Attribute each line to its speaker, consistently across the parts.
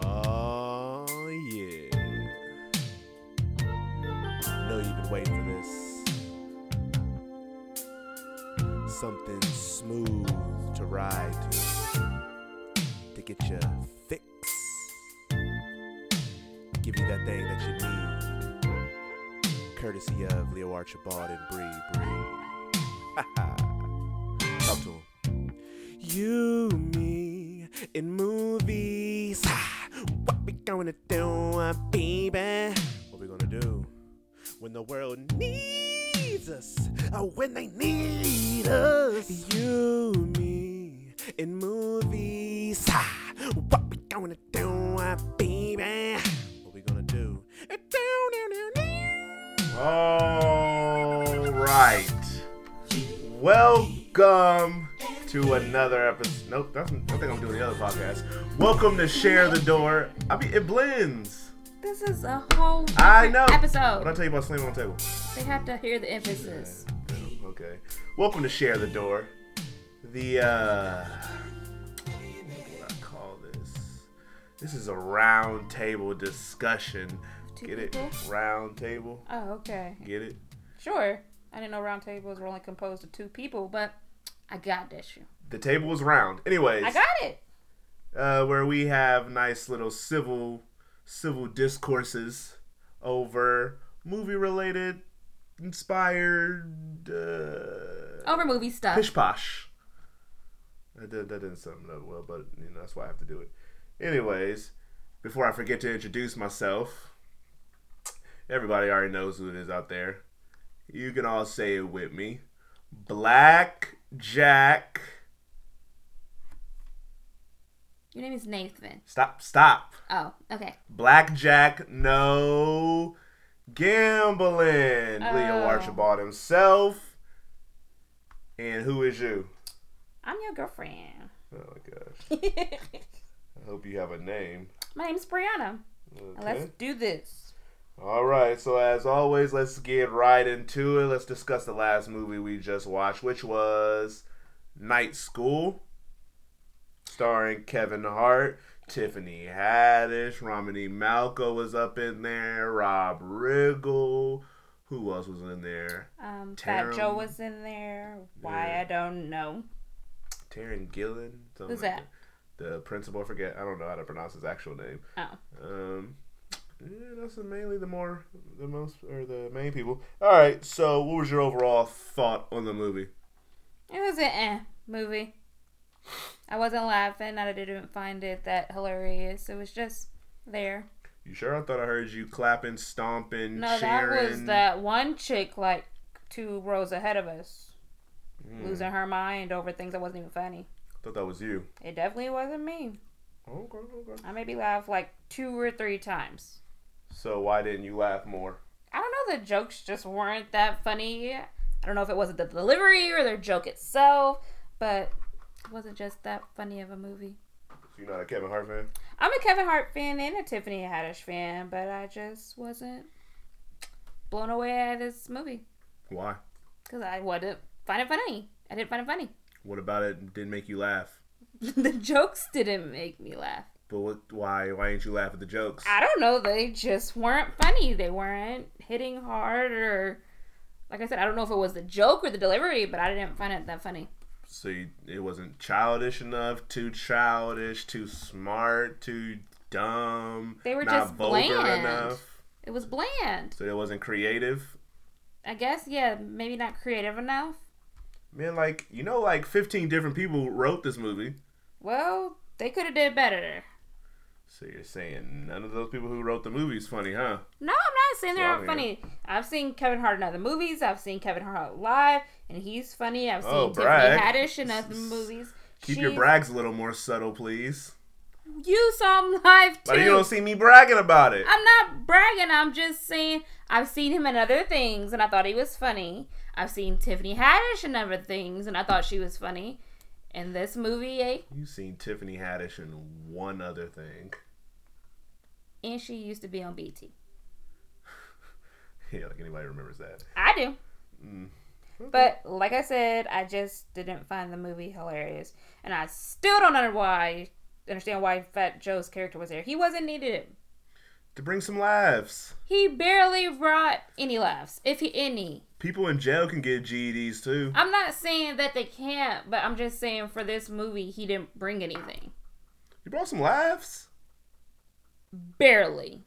Speaker 1: Oh, been waiting for this. Something smooth to ride to, to get your fix. Give you that thing that you need. Courtesy of Leo Archibald and Bree Bree. Talk to him. You, me, in movies. What we gonna do, uh, baby? What we gonna do when the world needs us? uh, When they need us? You, me, in movies. What we gonna do, uh, baby? What we gonna do? Uh, do, do, do, do.
Speaker 2: All right. Welcome to another episode. Nope, that's, I think I'm doing the other podcast. Welcome to Share the Door. I mean, it blends.
Speaker 3: This is a whole
Speaker 2: I know.
Speaker 3: episode.
Speaker 2: What I tell you about slamming on the table.
Speaker 3: They have to hear the emphasis.
Speaker 2: Okay. Welcome to Share the Door. The uh what do I call this? This is a round table discussion.
Speaker 3: Two
Speaker 2: Get it?
Speaker 3: people?
Speaker 2: Round table.
Speaker 3: Oh, okay.
Speaker 2: Get it?
Speaker 3: Sure. I didn't know round tables were only composed of two people, but I got this. you.
Speaker 2: The table is round. Anyways,
Speaker 3: I got it.
Speaker 2: uh where we have nice little civil civil discourses over movie related inspired uh
Speaker 3: Over movie stuff.
Speaker 2: Pish posh. That, did, that didn't sum it up well, but you know that's why I have to do it. Anyways, before I forget to introduce myself, everybody already knows who it is out there. You can all say it with me. Black Jack.
Speaker 3: Your name is Nathan.
Speaker 2: Stop, stop.
Speaker 3: Oh, okay.
Speaker 2: Black Jack, no gambling. Leo
Speaker 3: Oh.
Speaker 2: Archibald himself. And who is you?
Speaker 3: I'm your girlfriend.
Speaker 2: Oh my gosh. I hope you have a name.
Speaker 3: My name's Brianna. And
Speaker 2: Okay.
Speaker 3: Let's do this.
Speaker 2: All right, so as always, let's get right into it. Let's discuss the last movie we just watched, which was Night School, starring Kevin Hart, Tiffany Haddish, Romney Malco was up in there, Rob Riggle. Who else was in there?
Speaker 3: Um, Fat
Speaker 2: Tarum.
Speaker 3: Joe was in there. Why
Speaker 2: Yeah. Oh
Speaker 3: I don't know.
Speaker 2: Taryn Gillen. something
Speaker 3: Who's
Speaker 2: like
Speaker 3: that?
Speaker 2: The principal, I forget. I don't know how to pronounce his actual name.
Speaker 3: Oh,
Speaker 2: Um, yeah, that's mainly the more, the most, or the main people. All right. So, what was your overall thought on the movie?
Speaker 3: it was an eh movie. I wasn't laughing. I didn't find it that hilarious. It was just there.
Speaker 2: You sure? I thought I heard you clapping, stomping,
Speaker 3: No,
Speaker 2: cheering.
Speaker 3: that was that one chick like two rows ahead of us,
Speaker 2: Mm.
Speaker 3: losing her mind over things that wasn't even funny.
Speaker 2: I Hmm. thought that was you.
Speaker 3: It definitely wasn't me.
Speaker 2: Okay, okay.
Speaker 3: I maybe laughed like two or three times.
Speaker 2: So why didn't you laugh more?
Speaker 3: I don't know, the jokes just weren't that funny. I don't know if it wasn't the delivery or their joke itself, but it wasn't just that funny of a movie.
Speaker 2: You're not a Kevin Hart fan.
Speaker 3: I'm a Kevin Hart fan and a Tiffany Haddish fan, but I just wasn't blown away at this movie
Speaker 2: Why?
Speaker 3: because I wouldn't find it funny. I didn't find it funny.
Speaker 2: What about it didn't make you laugh?
Speaker 3: the jokes didn't make me laugh.
Speaker 2: But what? Why? Why didn't you laugh at the jokes?
Speaker 3: I don't know. They just weren't funny. They weren't hitting hard or, like I said, I don't know if it was the joke or the delivery, but I didn't find it that funny.
Speaker 2: So you, it wasn't childish enough, too childish, too smart, too dumb.
Speaker 3: They were
Speaker 2: not
Speaker 3: just
Speaker 2: vulgar
Speaker 3: bland.
Speaker 2: enough.
Speaker 3: It was bland.
Speaker 2: So it wasn't creative.
Speaker 3: I guess, yeah, maybe not creative enough.
Speaker 2: Man, like you know, like fifteen different people wrote this movie.
Speaker 3: Well, they could have did better.
Speaker 2: So you're saying none of those people who wrote the movie is funny, huh?
Speaker 3: No, I'm not saying they
Speaker 2: Well,
Speaker 3: aren't funny. I've seen Kevin Hart in other movies. I've seen Kevin Hart live, and he's funny. I've seen
Speaker 2: Oh,
Speaker 3: Tiffany
Speaker 2: brag.
Speaker 3: Haddish in other movies.
Speaker 2: Keep your
Speaker 3: She's-
Speaker 2: brags a little more subtle, please.
Speaker 3: You saw him live too.
Speaker 2: But you don't see me bragging about it.
Speaker 3: I'm not bragging. I'm just saying I've seen him in other things and I thought he was funny. I've seen Tiffany Haddish in other things and I thought she was funny. And this movie, eh?
Speaker 2: you seen Tiffany Haddish in one other thing.
Speaker 3: And she used to be on BT.
Speaker 2: Yeah, like anybody remembers that.
Speaker 3: I do. But like I said, I just didn't find the movie hilarious. And I still don't under why, understand why Fat Joe's character was there. He wasn't needed.
Speaker 2: to bring some laughs.
Speaker 3: He barely brought any laughs, if he any.
Speaker 2: People in jail can get GEDs too.
Speaker 3: I'm not saying that they can't, but I'm just saying for this movie, he didn't bring anything.
Speaker 2: You brought some laughs.
Speaker 3: Barely.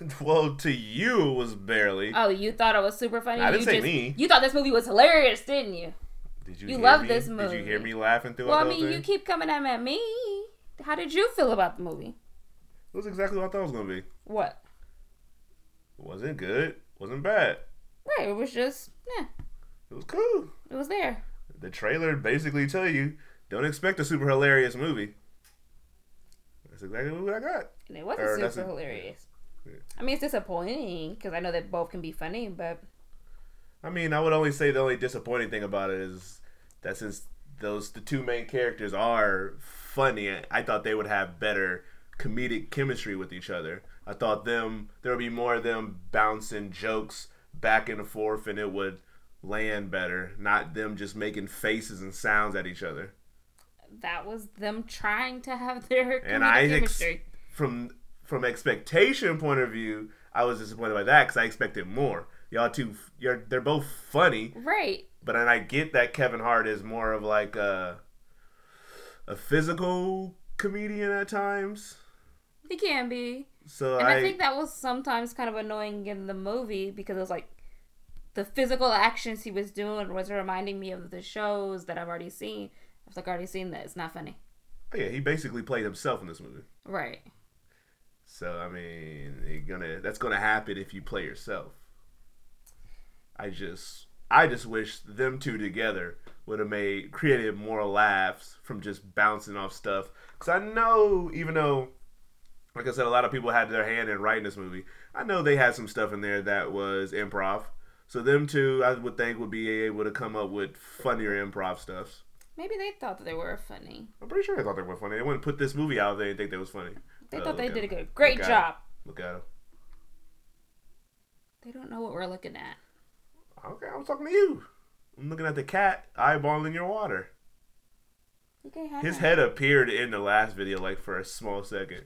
Speaker 2: well, to you it was barely.
Speaker 3: Oh, you thought it was super funny?
Speaker 2: I didn't
Speaker 3: you
Speaker 2: say me.
Speaker 3: You thought this movie was hilarious, didn't you?
Speaker 2: Did you?
Speaker 3: you
Speaker 2: hear
Speaker 3: love
Speaker 2: me?
Speaker 3: this
Speaker 2: Did you hear me
Speaker 3: movie.
Speaker 2: laughing through
Speaker 3: Well, I
Speaker 2: the whole
Speaker 3: mean,
Speaker 2: thing?
Speaker 3: you keep coming at me at me. How did you feel about the movie?
Speaker 2: It was exactly what I thought it was gonna be. It
Speaker 3: What?
Speaker 2: wasn't good. Wasn't bad.
Speaker 3: Right, it was just, yeah,
Speaker 2: It was cool.
Speaker 3: it was there.
Speaker 2: The trailer basically tell you don't expect a super hilarious movie. That's exactly what I got.
Speaker 3: And it wasn't
Speaker 2: Or
Speaker 3: super
Speaker 2: that's a-
Speaker 3: hilarious.
Speaker 2: yeah.
Speaker 3: I mean, it's disappointing because I know that both can be funny, but
Speaker 2: I mean, I would only say the only disappointing thing about it is that since those the two main characters are funny, I thought they would have better comedic chemistry with each other. I thought them there would be more of them bouncing jokes back and forth, and it would land better, not them just making faces and sounds at each other.
Speaker 3: that was them trying to have their
Speaker 2: and
Speaker 3: comedic
Speaker 2: I ex-
Speaker 3: chemistry.
Speaker 2: from from expectation point of view, I was disappointed by that because I expected more. Y'all two, you're they're both funny,
Speaker 3: right.
Speaker 2: but and I get that Kevin Hart is more of like a a physical comedian at times.
Speaker 3: It can be.
Speaker 2: So
Speaker 3: And
Speaker 2: I,
Speaker 3: I think that was sometimes kind of annoying in the movie because it was like the physical actions he was doing was reminding me of the shows that I've already seen. I was like, I already seen that. It's not funny.
Speaker 2: oh yeah, he basically played himself in this movie.
Speaker 3: Right.
Speaker 2: So I mean, you're gonna that's gonna happen if you play yourself. I just I just wish them two together would have made created more laughs from just bouncing off stuff. Cause I know even though, like I said, a lot of people had their hand in writing this movie. I know they had some stuff in there that was improv. So them two, I would think, would be able to come up with funnier improv stuffs.
Speaker 3: Maybe they thought that they were funny.
Speaker 2: I'm pretty sure they thought they were funny. They wouldn't put this movie out if they didn't think that was funny.
Speaker 3: They
Speaker 2: Uh,
Speaker 3: thought they
Speaker 2: look at
Speaker 3: did a
Speaker 2: 'em.
Speaker 3: good, great
Speaker 2: Look at 'em.
Speaker 3: job.
Speaker 2: Look at them.
Speaker 3: They don't know what we're looking at.
Speaker 2: Okay, I'm talking to you. I'm looking at the cat eyeballing your water.
Speaker 3: You can't have
Speaker 2: His
Speaker 3: that.
Speaker 2: head appeared in the last video, like for a small second.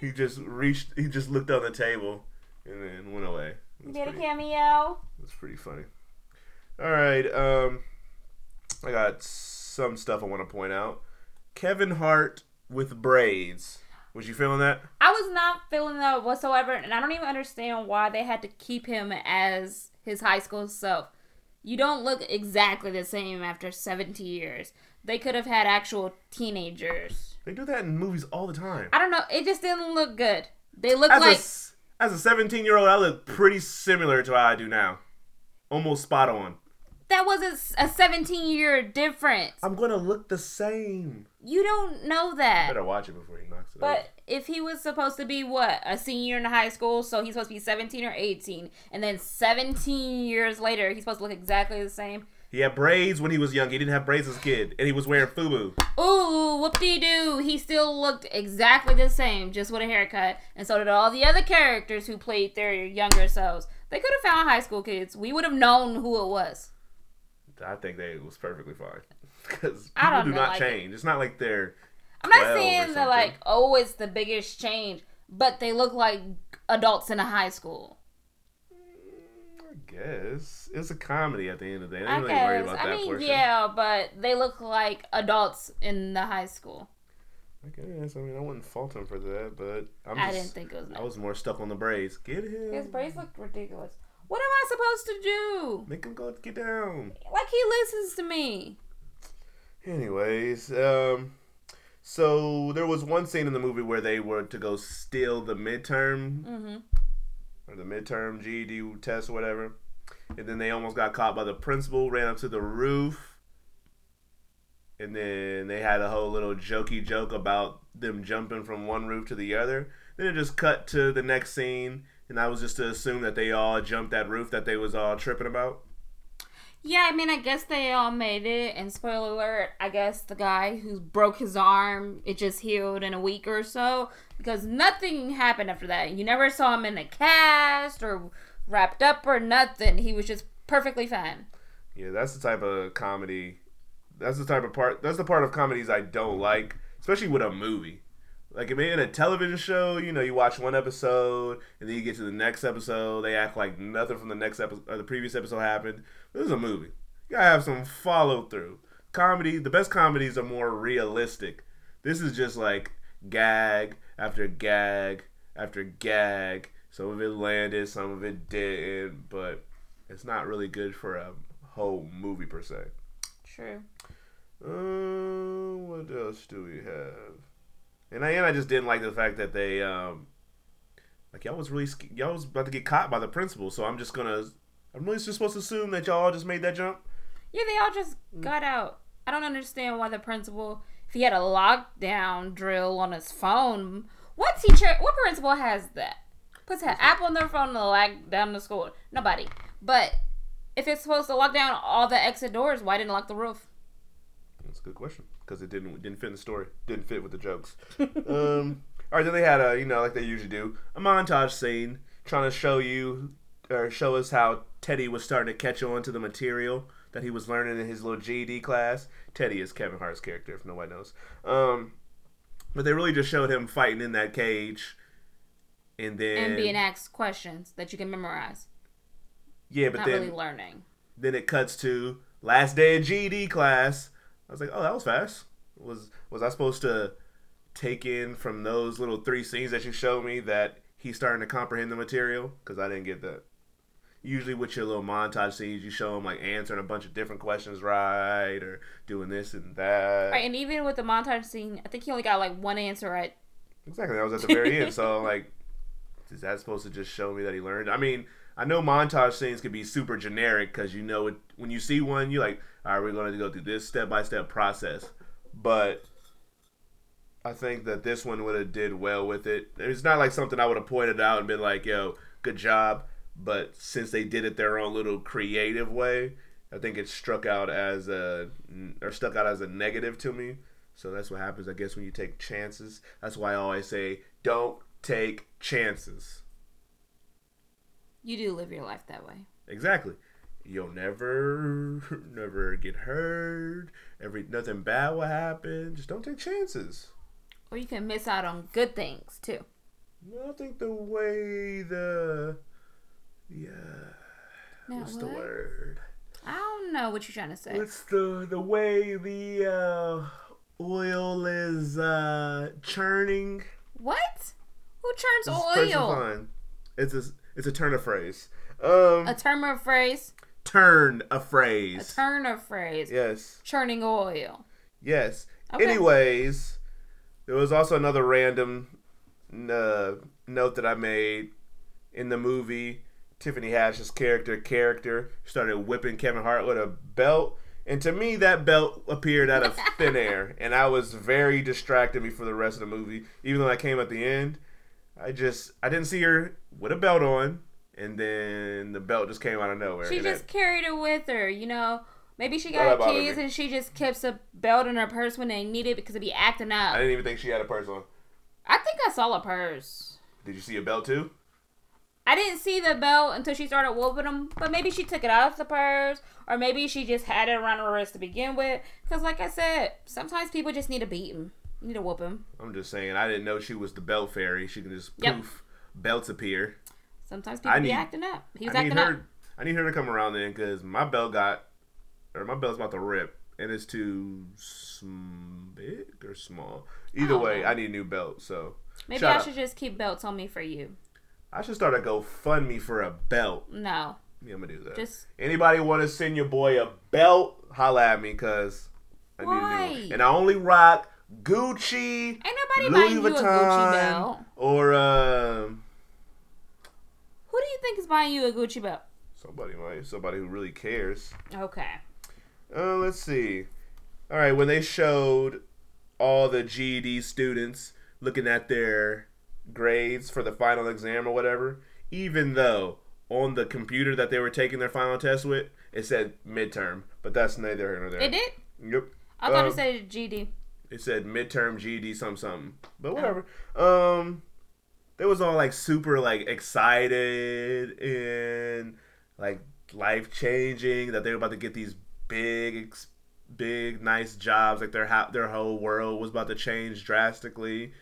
Speaker 2: he just reached. He just looked on the table, and then went away.
Speaker 3: You
Speaker 2: That's
Speaker 3: did a
Speaker 2: pretty,
Speaker 3: cameo.
Speaker 2: that's pretty funny. All right. Um, I got some stuff I want to point out. Kevin Hart with braids. Was you feeling that?
Speaker 3: I was not feeling that whatsoever, and I don't even understand why they had to keep him as his high school self. You don't look exactly the same after 70 years. They could have had actual teenagers.
Speaker 2: They do that in movies all the time.
Speaker 3: I don't know. It just didn't look good. They look
Speaker 2: As a
Speaker 3: like
Speaker 2: s a as a 17 year old, I look pretty similar to how I do now. Almost spot on.
Speaker 3: that wasn't s- a 17 year difference.
Speaker 2: I'm gonna look the same.
Speaker 3: You don't know that.
Speaker 2: Better watch it before he knocks it
Speaker 3: But if he was supposed to be what a senior in high school, so he's supposed to be seventeen or eighteen, and then seventeen years later, he's supposed to look exactly the same.
Speaker 2: he had braids when he was young. He didn't have braids as a kid, and he was wearing FUBU.
Speaker 3: Ooh, whoop de doo! He still looked exactly the same, just with a haircut, and so did all the other characters who played their younger selves. They could have found high school kids. We would have known who it was.
Speaker 2: I think that was perfectly fine because
Speaker 3: I
Speaker 2: people
Speaker 3: don't
Speaker 2: do
Speaker 3: know,
Speaker 2: not
Speaker 3: like-
Speaker 2: change. It's not like they're
Speaker 3: I'm not
Speaker 2: 12 or
Speaker 3: saying that
Speaker 2: something.
Speaker 3: like oh, it's the biggest change, but they look like adults in a high school.
Speaker 2: I guess it's a comedy at the end of the day. They
Speaker 3: I
Speaker 2: don't really worry
Speaker 3: guess.
Speaker 2: about
Speaker 3: I
Speaker 2: that
Speaker 3: mean,
Speaker 2: portion.
Speaker 3: yeah, but they look like adults in the high school.
Speaker 2: I guess. I mean, I wouldn't fault him for that, but I'm
Speaker 3: I
Speaker 2: just,
Speaker 3: didn't think it was
Speaker 2: I
Speaker 3: nice.
Speaker 2: was more stuck on the braids. Get him.
Speaker 3: His braids looked ridiculous. What am I supposed to do?
Speaker 2: Make him go get down.
Speaker 3: Like he listens to me.
Speaker 2: Anyways, um, so there was one scene in the movie where they were to go steal the midterm
Speaker 3: Mm-hmm.
Speaker 2: or the midterm GED test or whatever. And then they almost got caught by the principal, ran up to the roof. And then they had a whole little jokey joke about them jumping from one roof to the other. Then it just cut to the next scene, and I was just to assume that they all jumped that roof that they was all tripping about.
Speaker 3: Yeah, I mean, I guess they all made it. And spoiler alert, I guess the guy who broke his arm, it just healed in a week or so because nothing happened after that. You never saw him in a cast or wrapped up or nothing. He was just perfectly fine.
Speaker 2: Yeah, that's the type of comedy. That's the type of part. That's the part of comedies I don't like, especially with a movie. Like if in a television show, you know, you watch one episode and then you get to the next episode, they act like nothing from the next episode or the previous episode happened. This is a movie. You gotta have some follow through. Comedy, the best comedies are more realistic. This is just like gag after gag after gag. Some of it landed, some of it didn't, but it's not really good for a whole movie per se.
Speaker 3: True.
Speaker 2: Uh, what else do we have? And I, and I just didn't like the fact that they, um, like y'all was really sc- y'all was about to get caught by the principal. So I'm just gonna, I'm really just supposed to assume that y'all just made that jump.
Speaker 3: Yeah, they all just
Speaker 2: Mm.
Speaker 3: got out. I don't understand why the principal, if he had a lockdown drill on his phone, what teacher, what principal has that? Puts an app on their phone to lock down the school. Nobody. But if it's supposed to lock down all the exit doors, why didn't it lock the roof?
Speaker 2: That's a good question because it didn't didn't fit in the story, didn't fit with the jokes. um, all right, then they had a you know like they usually do a montage scene trying to show you or show us how Teddy was starting to catch on to the material that he was learning in his little GED class. Teddy is Kevin Hart's character, if nobody knows. Um, but they really just showed him fighting in that cage, and then
Speaker 3: And being asked questions that you can memorize.
Speaker 2: yeah, but
Speaker 3: Not
Speaker 2: then
Speaker 3: really learning.
Speaker 2: Then it cuts to last day of GD class. I was like, oh, that was fast. Was was I supposed to take in from those little three scenes that you showed me that he's starting to comprehend the material? Because I didn't get that. Usually, with your little montage scenes, you show him like answering a bunch of different questions right or doing this and that.
Speaker 3: Right, and even with the montage scene, I think he only got like one answer right.
Speaker 2: Exactly. That was at the very end. So like, is that supposed to just show me that he learned? I mean, I know montage scenes could be super generic because you know it, when you see one, you're like, all right, we're going to go through this step by step process. But I think that this one would have did well with it. It's not like something I would have pointed out and been like, yo, good job. But since they did it their own little creative way, I think it struck out as a or stuck out as a negative to me. So that's what happens, I guess, when you take chances. That's why I always say, don't take chances.
Speaker 3: You do live your life that way.
Speaker 2: Exactly. You'll never, never get hurt. Every nothing bad will happen. Just don't take chances.
Speaker 3: Or you can miss out on good things too.
Speaker 2: I think the way the, yeah,
Speaker 3: Now,
Speaker 2: what's the
Speaker 3: what?
Speaker 2: word?
Speaker 3: I don't know what you're trying to say.
Speaker 2: What's the the way the uh, oil is uh, churning?
Speaker 3: What? Who
Speaker 2: This
Speaker 3: churns
Speaker 2: is personal
Speaker 3: oil?
Speaker 2: fun. It's a it's a turn of phrase. Um,
Speaker 3: A term of phrase.
Speaker 2: turn a
Speaker 3: A
Speaker 2: phrase.
Speaker 3: turn of phrase.
Speaker 2: Yes.
Speaker 3: Churning oil.
Speaker 2: Yes.
Speaker 3: Okay.
Speaker 2: Anyways, there was also another random uh, note that I made in the movie. Tiffany Hash's character character started whipping Kevin Hart with a belt, and to me that belt appeared out of thin air, and I was very distracted me for the rest of the movie. Even though I came at the end, I just I didn't see her with a belt on, and then the belt just came out of nowhere.
Speaker 3: She
Speaker 2: and
Speaker 3: just
Speaker 2: that-
Speaker 3: carried it with her, you know. Maybe she
Speaker 2: that
Speaker 3: got
Speaker 2: bothered
Speaker 3: keys
Speaker 2: me.
Speaker 3: and she just kept a belt in her purse when they need it because it'd be acting
Speaker 2: I
Speaker 3: up.
Speaker 2: didn't even think she had a purse on.
Speaker 3: I think I saw a purse.
Speaker 2: Did you see a belt too?
Speaker 3: I didn't see the belt until she started whooping him, but maybe she took it off the purse, or maybe she just had it around her wrist to begin with. Because, like I said, sometimes people just need a beating. You need a whooping.
Speaker 2: I'm just saying, I didn't know she was the belt fairy. She can just
Speaker 3: Yep.
Speaker 2: poof, belts appear.
Speaker 3: Sometimes
Speaker 2: I
Speaker 3: people be
Speaker 2: need-
Speaker 3: acting up. He was
Speaker 2: I need
Speaker 3: acting
Speaker 2: her.
Speaker 3: up.
Speaker 2: I need her to come around then, because my belt got, or my belt's about to rip, and it's too sm- big or small. Either
Speaker 3: don't
Speaker 2: way,
Speaker 3: know.
Speaker 2: I need a new belt. So
Speaker 3: Maybe
Speaker 2: shut
Speaker 3: I
Speaker 2: up.
Speaker 3: should just keep belts on me for you.
Speaker 2: I should start a GoFundMe for a belt.
Speaker 3: No.
Speaker 2: Yeah, I'm gonna do that.
Speaker 3: Just-
Speaker 2: anybody want to send your boy a belt? Holla at me, cause I need a new
Speaker 3: Why?
Speaker 2: one. And I only rock Gucci.
Speaker 3: Ain't nobody
Speaker 2: Louis
Speaker 3: buying you a Gucci
Speaker 2: Vuitton,
Speaker 3: belt.
Speaker 2: Or um.
Speaker 3: Who do you think is buying you a Gucci belt?
Speaker 2: Somebody might. Somebody who really cares.
Speaker 3: Okay.
Speaker 2: Uh, let's see. All right, when they showed all the GED students looking at their grades for the final exam or whatever, even though on the computer that they were taking their final test with, it said midterm, but that's neither here nor there.
Speaker 3: They did?
Speaker 2: Yep.
Speaker 3: I thought
Speaker 2: Um,
Speaker 3: it said GD.
Speaker 2: It said midterm GED some something, but whatever. Um, they was all like super like excited and like life changing that they were about to get these big, ex- big nice jobs. Like their ho- their whole world was about to change drastically.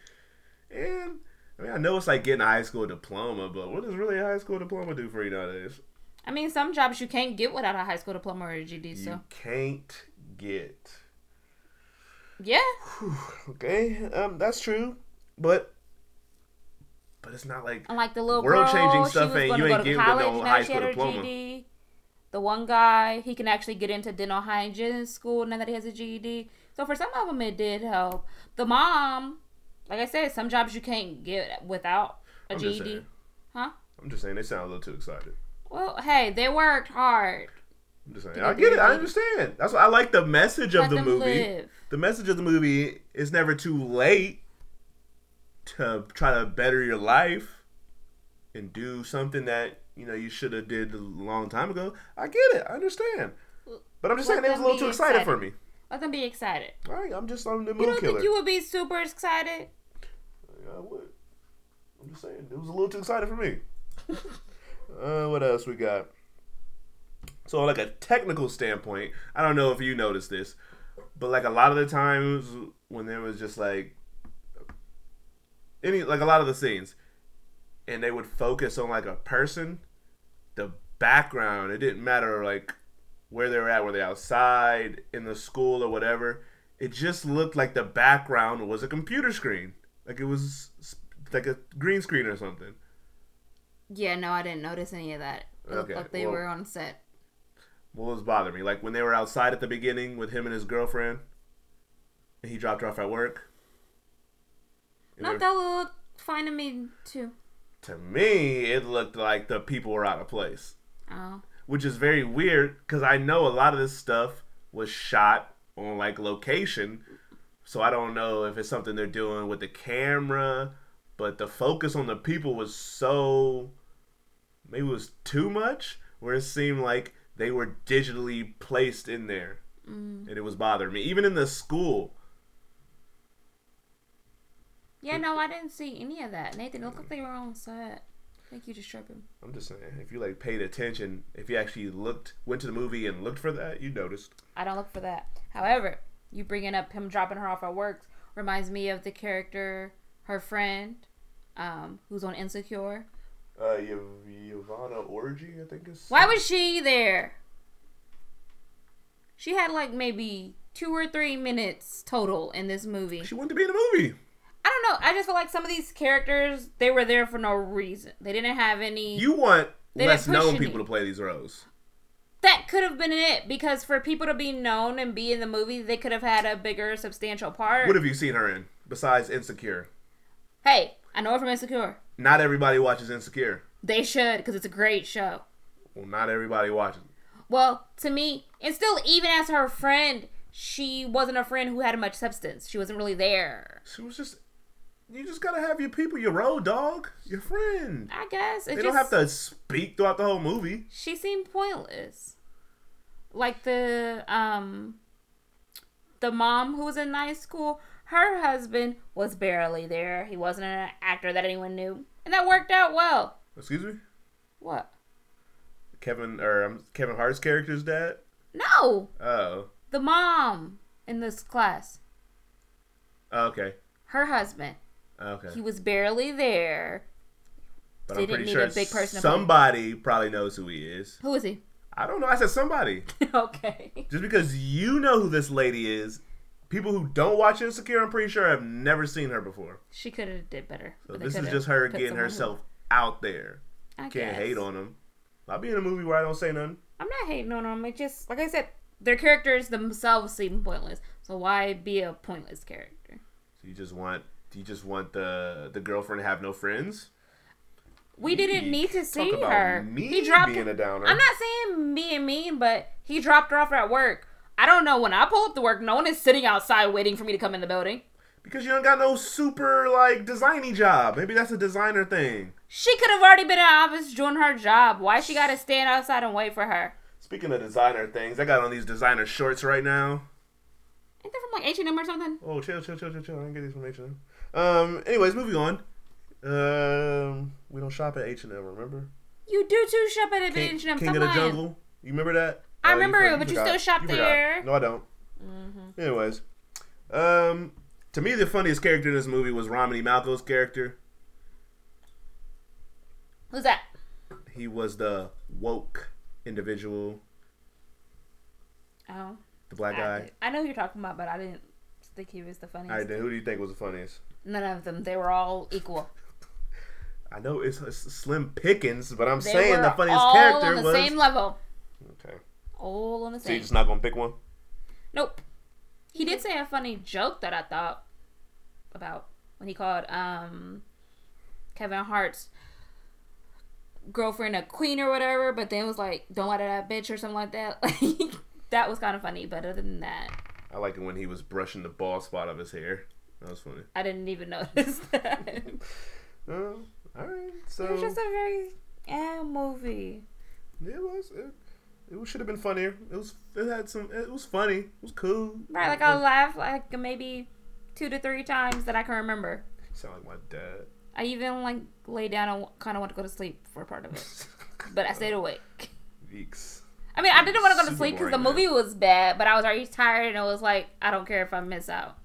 Speaker 2: And I mean, I know it's like getting a high school diploma, but what does really a high school diploma do for you nowadays?
Speaker 3: I mean, some jobs you can't get without a high school diploma or a GED.
Speaker 2: You
Speaker 3: So
Speaker 2: can't get.
Speaker 3: yeah,
Speaker 2: Okay, um, that's true, but but it's not like
Speaker 3: and like the little
Speaker 2: World-changing
Speaker 3: girl,
Speaker 2: stuff
Speaker 3: she was
Speaker 2: ain't-
Speaker 3: gonna
Speaker 2: you
Speaker 3: go
Speaker 2: ain't
Speaker 3: to
Speaker 2: getting with
Speaker 3: college.
Speaker 2: no
Speaker 3: now
Speaker 2: high
Speaker 3: she
Speaker 2: school
Speaker 3: had her
Speaker 2: diploma.
Speaker 3: GED. The one guy, he can actually get into dental hygiene school now that he has a GED. So for some of them, it did help. The mom, like I said, some jobs you can't get without a
Speaker 2: I'm just
Speaker 3: GED.
Speaker 2: saying.
Speaker 3: E Huh?
Speaker 2: I'm just saying they sound a little too excited.
Speaker 3: Well, hey, they worked hard.
Speaker 2: I'm just saying
Speaker 3: Did
Speaker 2: I
Speaker 3: they
Speaker 2: get it. I
Speaker 3: really-
Speaker 2: understand. That's why I like the message of
Speaker 3: E Let
Speaker 2: the
Speaker 3: them
Speaker 2: movie.
Speaker 3: live.
Speaker 2: The message of the movie is never too late to try to better your life and do something that you know you should have did a long time ago. I get it. I understand. But I'm just
Speaker 3: Let
Speaker 2: saying they was a
Speaker 3: them
Speaker 2: little
Speaker 3: be
Speaker 2: too excited,
Speaker 3: excited.
Speaker 2: for me.
Speaker 3: Let them be excited.
Speaker 2: All right, I'm just I'm the
Speaker 3: You
Speaker 2: mood
Speaker 3: don't
Speaker 2: killer.
Speaker 3: think you would be super excited?
Speaker 2: I would. I'm just saying, it was a little too excited for me. uh, what else we got? So, like a technical standpoint, I don't know if you noticed this, but like a lot of the times when there was just like any like a lot of the scenes, and they would focus on like a person, the background. It didn't matter like where they were at, were they outside in the school or whatever. It just looked like the background was a computer screen, like it was s- like a green screen or something.
Speaker 3: Yeah, no, I didn't notice any of that. It looked
Speaker 2: Okay,
Speaker 3: like they
Speaker 2: well-
Speaker 3: were on set.
Speaker 2: What was bothering me, like when they were outside at the beginning with him and his girlfriend, and he dropped her off at work. And
Speaker 3: Not
Speaker 2: they were-
Speaker 3: that look fine to me too.
Speaker 2: to me, it looked like the people were out of place,
Speaker 3: Oh,
Speaker 2: which is very weird because I know a lot of this stuff was shot on like location, so I don't know if it's something they're doing with the camera, but the focus on the people was so maybe it was too much where it seemed like they were digitally placed in there and it was bothering me even in the school
Speaker 3: yeah, no, I didn't see any of that. Nathan, it looked like they were on set. I think you just tripping.
Speaker 2: i'm just saying if you like paid attention if you actually looked went to the movie and looked for that you noticed
Speaker 3: I don't look for that. However, you bringing up him dropping her off at work reminds me of the character, her friend, um, who's on Insecure.
Speaker 2: uh Yav- Yvonne orgy i think is
Speaker 3: Why was she there? She had like maybe two or three minutes total in this movie.
Speaker 2: she wanted to be in the movie
Speaker 3: I don't know. I just feel like some of these characters they were there for no reason. They didn't have any.
Speaker 2: you want
Speaker 3: They
Speaker 2: less
Speaker 3: didn't push
Speaker 2: known
Speaker 3: any.
Speaker 2: people to play these roles
Speaker 3: that could have been it because for people to be known and be in the movie, they could have had a bigger, substantial part.
Speaker 2: what have you seen her in besides insecure
Speaker 3: hey, I know her from Insecure.
Speaker 2: not everybody watches insecure
Speaker 3: They should because it's a great show.
Speaker 2: well not everybody watches
Speaker 3: Well, to me, and still, even as her friend, she wasn't a friend who had much substance. She wasn't really there.
Speaker 2: she was just you just gotta have your people your road dog your friend
Speaker 3: I guess it
Speaker 2: they
Speaker 3: just,
Speaker 2: don't have to speak throughout the whole movie
Speaker 3: She seemed pointless. Like the um the mom who was in night school, her husband was barely there. He wasn't an actor that anyone knew. And that worked out well.
Speaker 2: excuse me
Speaker 3: What?
Speaker 2: Kevin or um, Kevin Hart's character's dad.
Speaker 3: No.
Speaker 2: Oh,
Speaker 3: The mom in this class.
Speaker 2: okay,
Speaker 3: Her husband.
Speaker 2: okay.
Speaker 3: He was barely there.
Speaker 2: But
Speaker 3: didn't need a big person to play.
Speaker 2: somebody probably knows who he is.
Speaker 3: Who is he?
Speaker 2: I don't know. I said somebody.
Speaker 3: okay.
Speaker 2: Just because you know who this lady is, people who don't watch Insecure, I'm pretty sure have never seen her before.
Speaker 3: She could have did better.
Speaker 2: So
Speaker 3: but they
Speaker 2: this is
Speaker 3: could've
Speaker 2: just her
Speaker 3: put
Speaker 2: getting
Speaker 3: someone who-
Speaker 2: herself out there.
Speaker 3: I
Speaker 2: Can't
Speaker 3: guess.
Speaker 2: hate on them. I'll be in a movie where I don't say nothing.
Speaker 3: I'm not hating on them. It just like I said, their characters themselves seem pointless. So why be a pointless character?
Speaker 2: So you just want you just want the the girlfriend to have no friends.
Speaker 3: We didn't need to see
Speaker 2: about
Speaker 3: her.
Speaker 2: me
Speaker 3: he dropped.
Speaker 2: being a downer.
Speaker 3: I'm not saying being mean, but he dropped her off at work. I don't know. When I pull up to work, no one is sitting outside waiting for me to come in the building.
Speaker 2: Because you don't got no super like designy job. Maybe that's a designer thing.
Speaker 3: She could have already been in the office doing her job. Why she got to stand outside and wait for her?
Speaker 2: Speaking of designer things, I got on these designer shorts right now.
Speaker 3: Ain't that from like H&M or something?
Speaker 2: Oh, chill, chill, chill, chill, chill. I didn't get these from H&M. Um, anyways, moving on. Um, we don't shop at H&M, remember?
Speaker 3: You do too shop at
Speaker 2: King,
Speaker 3: H&M. Stop
Speaker 2: King of the
Speaker 3: lying.
Speaker 2: Jungle. You remember that? Oh,
Speaker 3: I
Speaker 2: you
Speaker 3: remember
Speaker 2: for-
Speaker 3: it, but you still
Speaker 2: forgot.
Speaker 3: shop
Speaker 2: forgot.
Speaker 3: there.
Speaker 2: No, I don't. Anyways, um, To me, the funniest character in this movie was Romney Malco's character.
Speaker 3: Who's that?
Speaker 2: He was the woke individual,
Speaker 3: Oh,
Speaker 2: the black guy.
Speaker 3: I, I know who you're talking about, but I didn't think he was the funniest.
Speaker 2: All right, then who do you think was the funniest?
Speaker 3: None of them. They were all equal.
Speaker 2: I know it's, it's Slim Pickens, but I'm
Speaker 3: They
Speaker 2: saying
Speaker 3: were
Speaker 2: the funniest
Speaker 3: all
Speaker 2: character
Speaker 3: on the
Speaker 2: was.
Speaker 3: same level.
Speaker 2: Okay,
Speaker 3: All on the
Speaker 2: so you're
Speaker 3: same.
Speaker 2: just not gonna pick one.
Speaker 3: Nope. He did say a funny joke that I thought about when he called um Kevin Hart's girlfriend a queen or whatever, but then was like, "Don't lie to that bitch" or something like that. Like that was kind of funny. But other than that,
Speaker 2: I like it when he was brushing the bald spot of his hair. That was funny.
Speaker 3: I didn't even notice that. it
Speaker 2: Oh, all right. So
Speaker 3: was just a very eh, movie.
Speaker 2: it was. It, it should have been funnier. It was. It had some. It was funny. It was cool.
Speaker 3: Right, like I laughed like maybe two to three times that I can remember.
Speaker 2: sound like my dad.
Speaker 3: I even like lay down and kind of want to go to sleep for part of it, but I stayed awake.
Speaker 2: Yeeks.
Speaker 3: I mean, I didn't want to go to
Speaker 2: Super
Speaker 3: sleep because the
Speaker 2: boring, man.
Speaker 3: movie was bad, but I was already tired and I was like, I don't care if I miss out.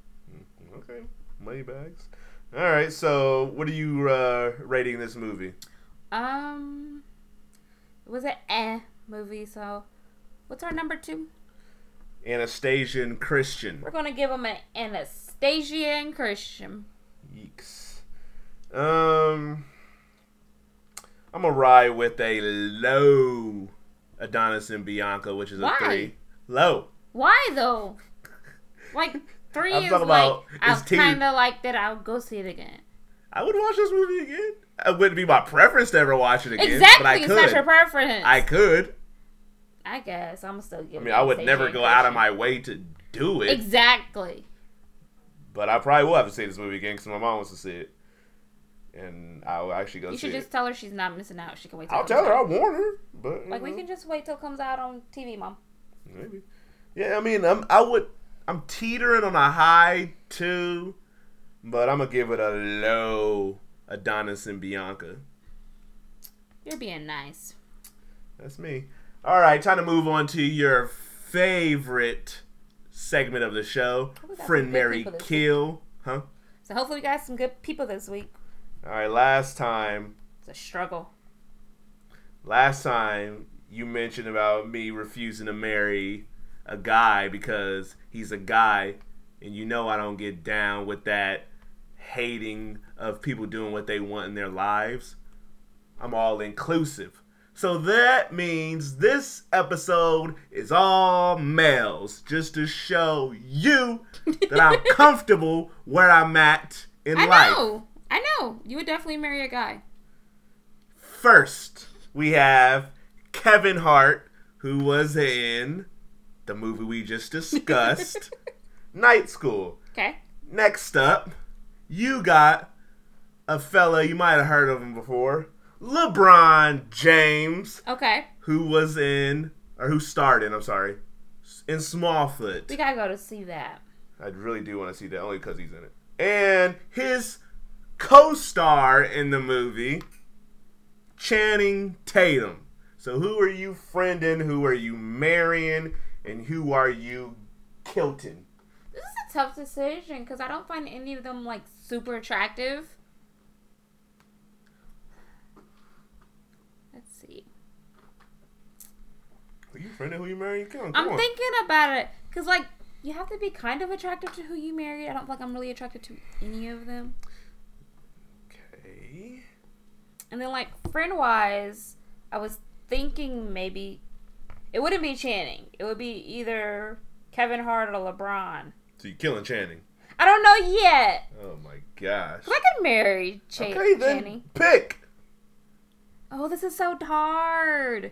Speaker 2: Okay, money bags. All right. So what are you uh, rating this movie?
Speaker 3: Um, it was an eh movie, so what's our number two?
Speaker 2: Anastasian Christian.
Speaker 3: We're gonna give him an Anastasia and Christian.
Speaker 2: Yeeks. Um, I'm gonna ride with a low Adonis and Bianca, which is a
Speaker 3: Why?
Speaker 2: three. Low.
Speaker 3: Why though? Like 3
Speaker 2: I'm
Speaker 3: is
Speaker 2: talking
Speaker 3: like
Speaker 2: about
Speaker 3: I
Speaker 2: his team.
Speaker 3: kind of like that. I'll go see it again.
Speaker 2: I would watch this movie again. Uh, It wouldn't be my preference to ever watch it again,
Speaker 3: exactly,
Speaker 2: but I
Speaker 3: it's
Speaker 2: could.
Speaker 3: not your preference.
Speaker 2: I could.
Speaker 3: I guess I'm still
Speaker 2: I
Speaker 3: giving.
Speaker 2: mean, I would
Speaker 3: Anastasia
Speaker 2: never
Speaker 3: and
Speaker 2: go out of
Speaker 3: Christian.
Speaker 2: my way to do it,
Speaker 3: Exactly.
Speaker 2: but I probably will have to see this movie again because my mom wants to see it, and I'll actually go
Speaker 3: You
Speaker 2: see
Speaker 3: should
Speaker 2: it.
Speaker 3: just tell her she's not missing out. She can wait. Till it
Speaker 2: I'll
Speaker 3: comes
Speaker 2: tell her. Mm-hmm.
Speaker 3: out.
Speaker 2: I'll warn her. But you
Speaker 3: Like we
Speaker 2: know,
Speaker 3: can just wait till it comes out on TV, mom.
Speaker 2: maybe. Yeah, I mean, I'm. I would. I'm teetering on a high two, but I'm gonna give it a low. Adonis and Bianca.
Speaker 3: You're being nice.
Speaker 2: That's me. All right, time to move on to your favorite segment of the show,
Speaker 3: Oh, we got
Speaker 2: friend
Speaker 3: some good
Speaker 2: Mary
Speaker 3: people this
Speaker 2: Kill, huh?
Speaker 3: So hopefully we got some good people this week.
Speaker 2: All right, last time,
Speaker 3: It's a struggle.
Speaker 2: last time you mentioned about me refusing to marry a guy because he's a guy, and you know I don't get down with that hating of people doing what they want in their lives. I'm all inclusive. So that means this episode is all males, just to show you that I'm comfortable where I'm at in
Speaker 3: I
Speaker 2: life.
Speaker 3: know. I know. You would definitely marry a guy.
Speaker 2: First, we have Kevin Hart, who was in the movie we just discussed, Night School.
Speaker 3: Okay.
Speaker 2: Next up, you got a fella you might have heard of him before, LeBron James,
Speaker 3: Okay.
Speaker 2: who was in or who starred in, I'm sorry, in
Speaker 3: We
Speaker 2: Smallfoot.
Speaker 3: gotta go to see that.
Speaker 2: I really do want to see that only because he's in it. And his co-star in the movie, Channing Tatum. So who are you friending? Who are you marrying? And who are you kilting?
Speaker 3: This is a tough decision because I don't find any of them like super attractive. Let's see.
Speaker 2: Who you friending? Who you marrying? You killing? Come
Speaker 3: I'm
Speaker 2: on.
Speaker 3: thinking about it because like you have to be kind of attractive to who you marry. I don't feel like I'm really attracted to any of them.
Speaker 2: Okay.
Speaker 3: And then like friend wise, I was thinking maybe it wouldn't be Channing. It would be either Kevin Hart or LeBron.
Speaker 2: So you killing Channing?
Speaker 3: I don't know yet.
Speaker 2: Oh my gosh.
Speaker 3: 'Cause I could marry Cha-
Speaker 2: Okay then,
Speaker 3: Channing.
Speaker 2: pick.
Speaker 3: Oh, this is so hard.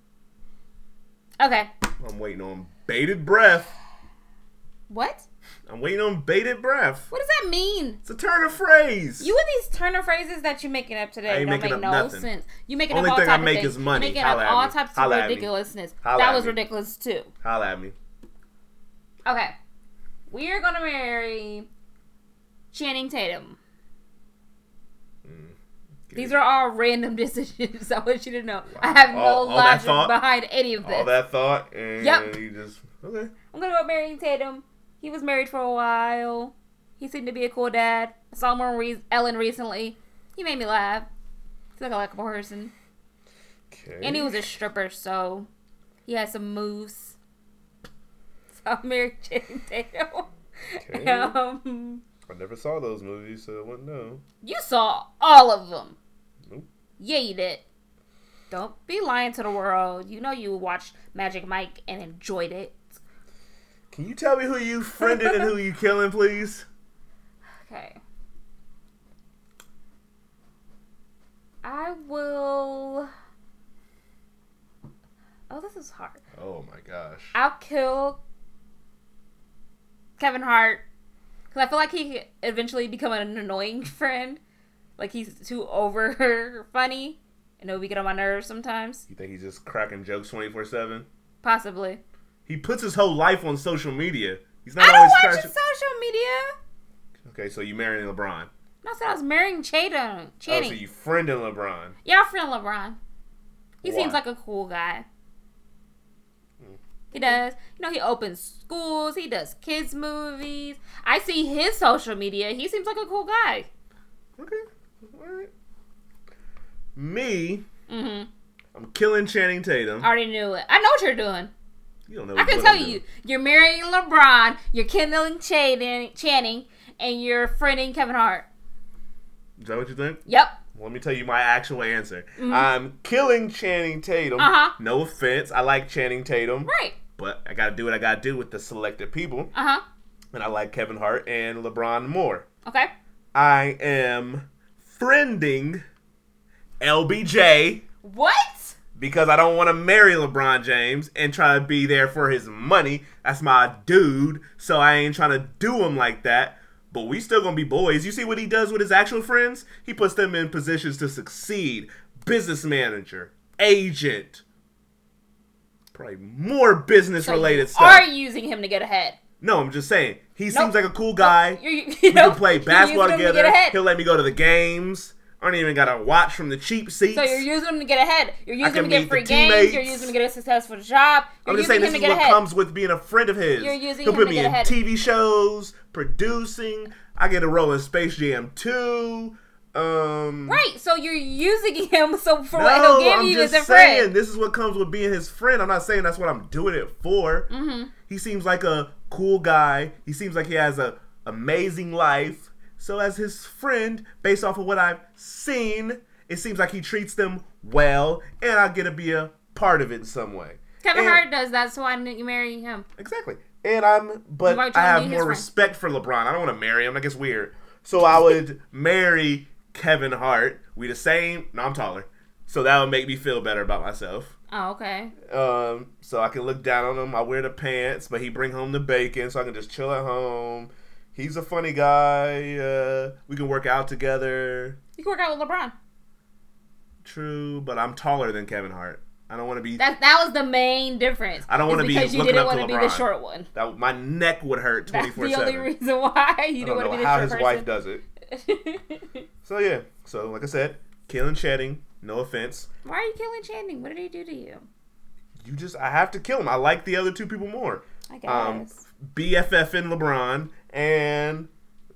Speaker 3: Okay.
Speaker 2: I'm waiting on bated breath.
Speaker 3: What?
Speaker 2: I'm waiting on bated breath.
Speaker 3: What does that mean?
Speaker 2: It's a turn of phrase.
Speaker 3: You and these Turner phrases that you're making up today
Speaker 2: I ain't
Speaker 3: don't
Speaker 2: making
Speaker 3: make no
Speaker 2: up nothing.
Speaker 3: sense. You making
Speaker 2: Only
Speaker 3: up all
Speaker 2: thing I
Speaker 3: types
Speaker 2: make
Speaker 3: of things.
Speaker 2: is money.
Speaker 3: You making
Speaker 2: Holla
Speaker 3: up
Speaker 2: at
Speaker 3: all
Speaker 2: me.
Speaker 3: types of
Speaker 2: Holla at me.
Speaker 3: ridiculousness.
Speaker 2: Holla
Speaker 3: that
Speaker 2: at
Speaker 3: was
Speaker 2: me.
Speaker 3: ridiculous too.
Speaker 2: Holla at me.
Speaker 3: Okay, we are gonna
Speaker 2: Mm,
Speaker 3: marry Channing Tatum. These are all random decisions. I want you to know. I have no
Speaker 2: All- all that
Speaker 3: logic
Speaker 2: thought?
Speaker 3: behind any of this.
Speaker 2: all that thought, and
Speaker 3: Yep.
Speaker 2: you just okay.
Speaker 3: I'm gonna go with Marion Tatum. He was married for a while. He seemed to be a cool dad. I saw him on Re- Ellen recently. He made me laugh. He's like a likable person.
Speaker 2: okay.
Speaker 3: And he was a stripper, so he had some moves. So I'm married Jane Tatum.
Speaker 2: Okay.
Speaker 3: Um,
Speaker 2: I never saw those movies, so I wouldn't know.
Speaker 3: you saw all of them.
Speaker 2: Nope.
Speaker 3: Yeah, you did. Don't be lying to the world. You know you watched Magic Mike and enjoyed it.
Speaker 2: Can you tell me who you friended and who you killing, please?
Speaker 3: Okay. I will. Oh, this is hard.
Speaker 2: Oh my gosh.
Speaker 3: I'll kill Kevin Hart because I feel like he could eventually become an annoying friend. Like he's too over funny, and it'll be get on my nerves sometimes.
Speaker 2: You think he's just cracking jokes twenty four seven?
Speaker 3: Possibly.
Speaker 2: He puts his whole life on social media. He's not
Speaker 3: I don't
Speaker 2: always
Speaker 3: watch his
Speaker 2: crashing.
Speaker 3: social media.
Speaker 2: Okay, so you marrying LeBron.
Speaker 3: No, I said I was marrying Chatham.
Speaker 2: Oh,
Speaker 3: Channing.
Speaker 2: so you friending LeBron.
Speaker 3: Yeah, our friend LeBron. He
Speaker 2: Why? Hmm.
Speaker 3: seems like a cool guy. He does. You know, he opens schools. He does kids movies. I see his social media. He seems like a cool guy.
Speaker 2: Okay. All right. Me,
Speaker 3: hmm
Speaker 2: I'm killing Channing Tatum.
Speaker 3: I already knew it. I know what you're doing.
Speaker 2: You don't know.
Speaker 3: I can
Speaker 2: what
Speaker 3: tell
Speaker 2: I'm doing.
Speaker 3: you. You're marrying LeBron. You're kindling Channing, Channing, and you're friending Kevin Hart.
Speaker 2: Is that what you think?
Speaker 3: Yep.
Speaker 2: Let me tell you my actual answer. I'm killing Channing Tatum.
Speaker 3: Uh-huh.
Speaker 2: No offense, I like Channing Tatum,
Speaker 3: Right.
Speaker 2: but I gotta do what I gotta do with the selected people,
Speaker 3: Uh huh.
Speaker 2: and I like Kevin Hart and LeBron more.
Speaker 3: Okay.
Speaker 2: I am friending LBJ
Speaker 3: What?
Speaker 2: because I don't want to marry LeBron James and try to be there for his money. That's my dude, so I ain't trying to do him like that. But we still gonna be boys. You see what he does with his actual friends? He puts them in positions to succeed. Business manager, agent, probably more business
Speaker 3: So
Speaker 2: related
Speaker 3: you
Speaker 2: stuff.
Speaker 3: Are using him to get ahead?
Speaker 2: No, I'm just saying he seems
Speaker 3: Nope.
Speaker 2: like a cool guy.
Speaker 3: You're, you
Speaker 2: We can play basketball together.
Speaker 3: ahead.
Speaker 2: He'll let me go to the games. I don't even gotta watch from the cheap seats.
Speaker 3: So you're using them to get ahead. You're using
Speaker 2: can
Speaker 3: them to get
Speaker 2: meet
Speaker 3: free
Speaker 2: the
Speaker 3: games. You're
Speaker 2: teammates.
Speaker 3: using them to get a successful job. You're
Speaker 2: I'm just
Speaker 3: using
Speaker 2: saying this
Speaker 3: him
Speaker 2: is
Speaker 3: to get
Speaker 2: what
Speaker 3: ahead.
Speaker 2: comes with being a friend of his.
Speaker 3: You're using
Speaker 2: He'll
Speaker 3: him
Speaker 2: put
Speaker 3: to
Speaker 2: me
Speaker 3: get
Speaker 2: in
Speaker 3: ahead.
Speaker 2: TV shows, producing. I get a role in Space Jam 2. Um,
Speaker 3: Right. So you're using him. So for what
Speaker 2: No,
Speaker 3: he'll give
Speaker 2: I'm
Speaker 3: you is
Speaker 2: just
Speaker 3: a
Speaker 2: saying
Speaker 3: friend.
Speaker 2: this is what comes with being his friend. I'm not saying that's what I'm doing it for.
Speaker 3: Mm-hmm.
Speaker 2: He seems like a cool guy. He seems like he has a amazing life. So as his friend, based off of what I've seen, it seems like he treats them well, and I get to be a part of it in some way.
Speaker 3: Kevin
Speaker 2: And-
Speaker 3: Hart does that, so why didn't you marry him?
Speaker 2: Exactly. And I'm, but
Speaker 3: You are
Speaker 2: I
Speaker 3: trying to
Speaker 2: have
Speaker 3: be his
Speaker 2: more
Speaker 3: friend.
Speaker 2: respect for LeBron. I don't want to marry him. That gets weird. So I would marry Kevin Hart. We the same. No, I'm taller. So that would make me feel better about myself.
Speaker 3: Oh, okay.
Speaker 2: Um, so I can look down on him. I wear the pants, but he bring home the bacon, so I can just chill at home. He's a funny guy. Uh, we can work out together.
Speaker 3: You can work out with LeBron.
Speaker 2: True, but I'm taller than Kevin Hart. I don't want to be.
Speaker 3: That that was the main difference.
Speaker 2: I don't
Speaker 3: is
Speaker 2: wanna be
Speaker 3: because you
Speaker 2: looking
Speaker 3: didn't
Speaker 2: up to
Speaker 3: wanna be the
Speaker 2: LeBron.
Speaker 3: short one.
Speaker 2: That my neck would hurt twenty
Speaker 3: That's
Speaker 2: four
Speaker 3: the only
Speaker 2: seven.
Speaker 3: reason why you
Speaker 2: I
Speaker 3: didn't
Speaker 2: don't
Speaker 3: want to
Speaker 2: know
Speaker 3: be the
Speaker 2: how
Speaker 3: short
Speaker 2: his
Speaker 3: person.
Speaker 2: wife does it. So yeah, so like I said, killing Channing. No offense,
Speaker 3: why are you killing Channing? What did he do to you?
Speaker 2: you just I have to kill him. I like the other two people more.
Speaker 3: I guess.
Speaker 2: Um, BFF and LeBron and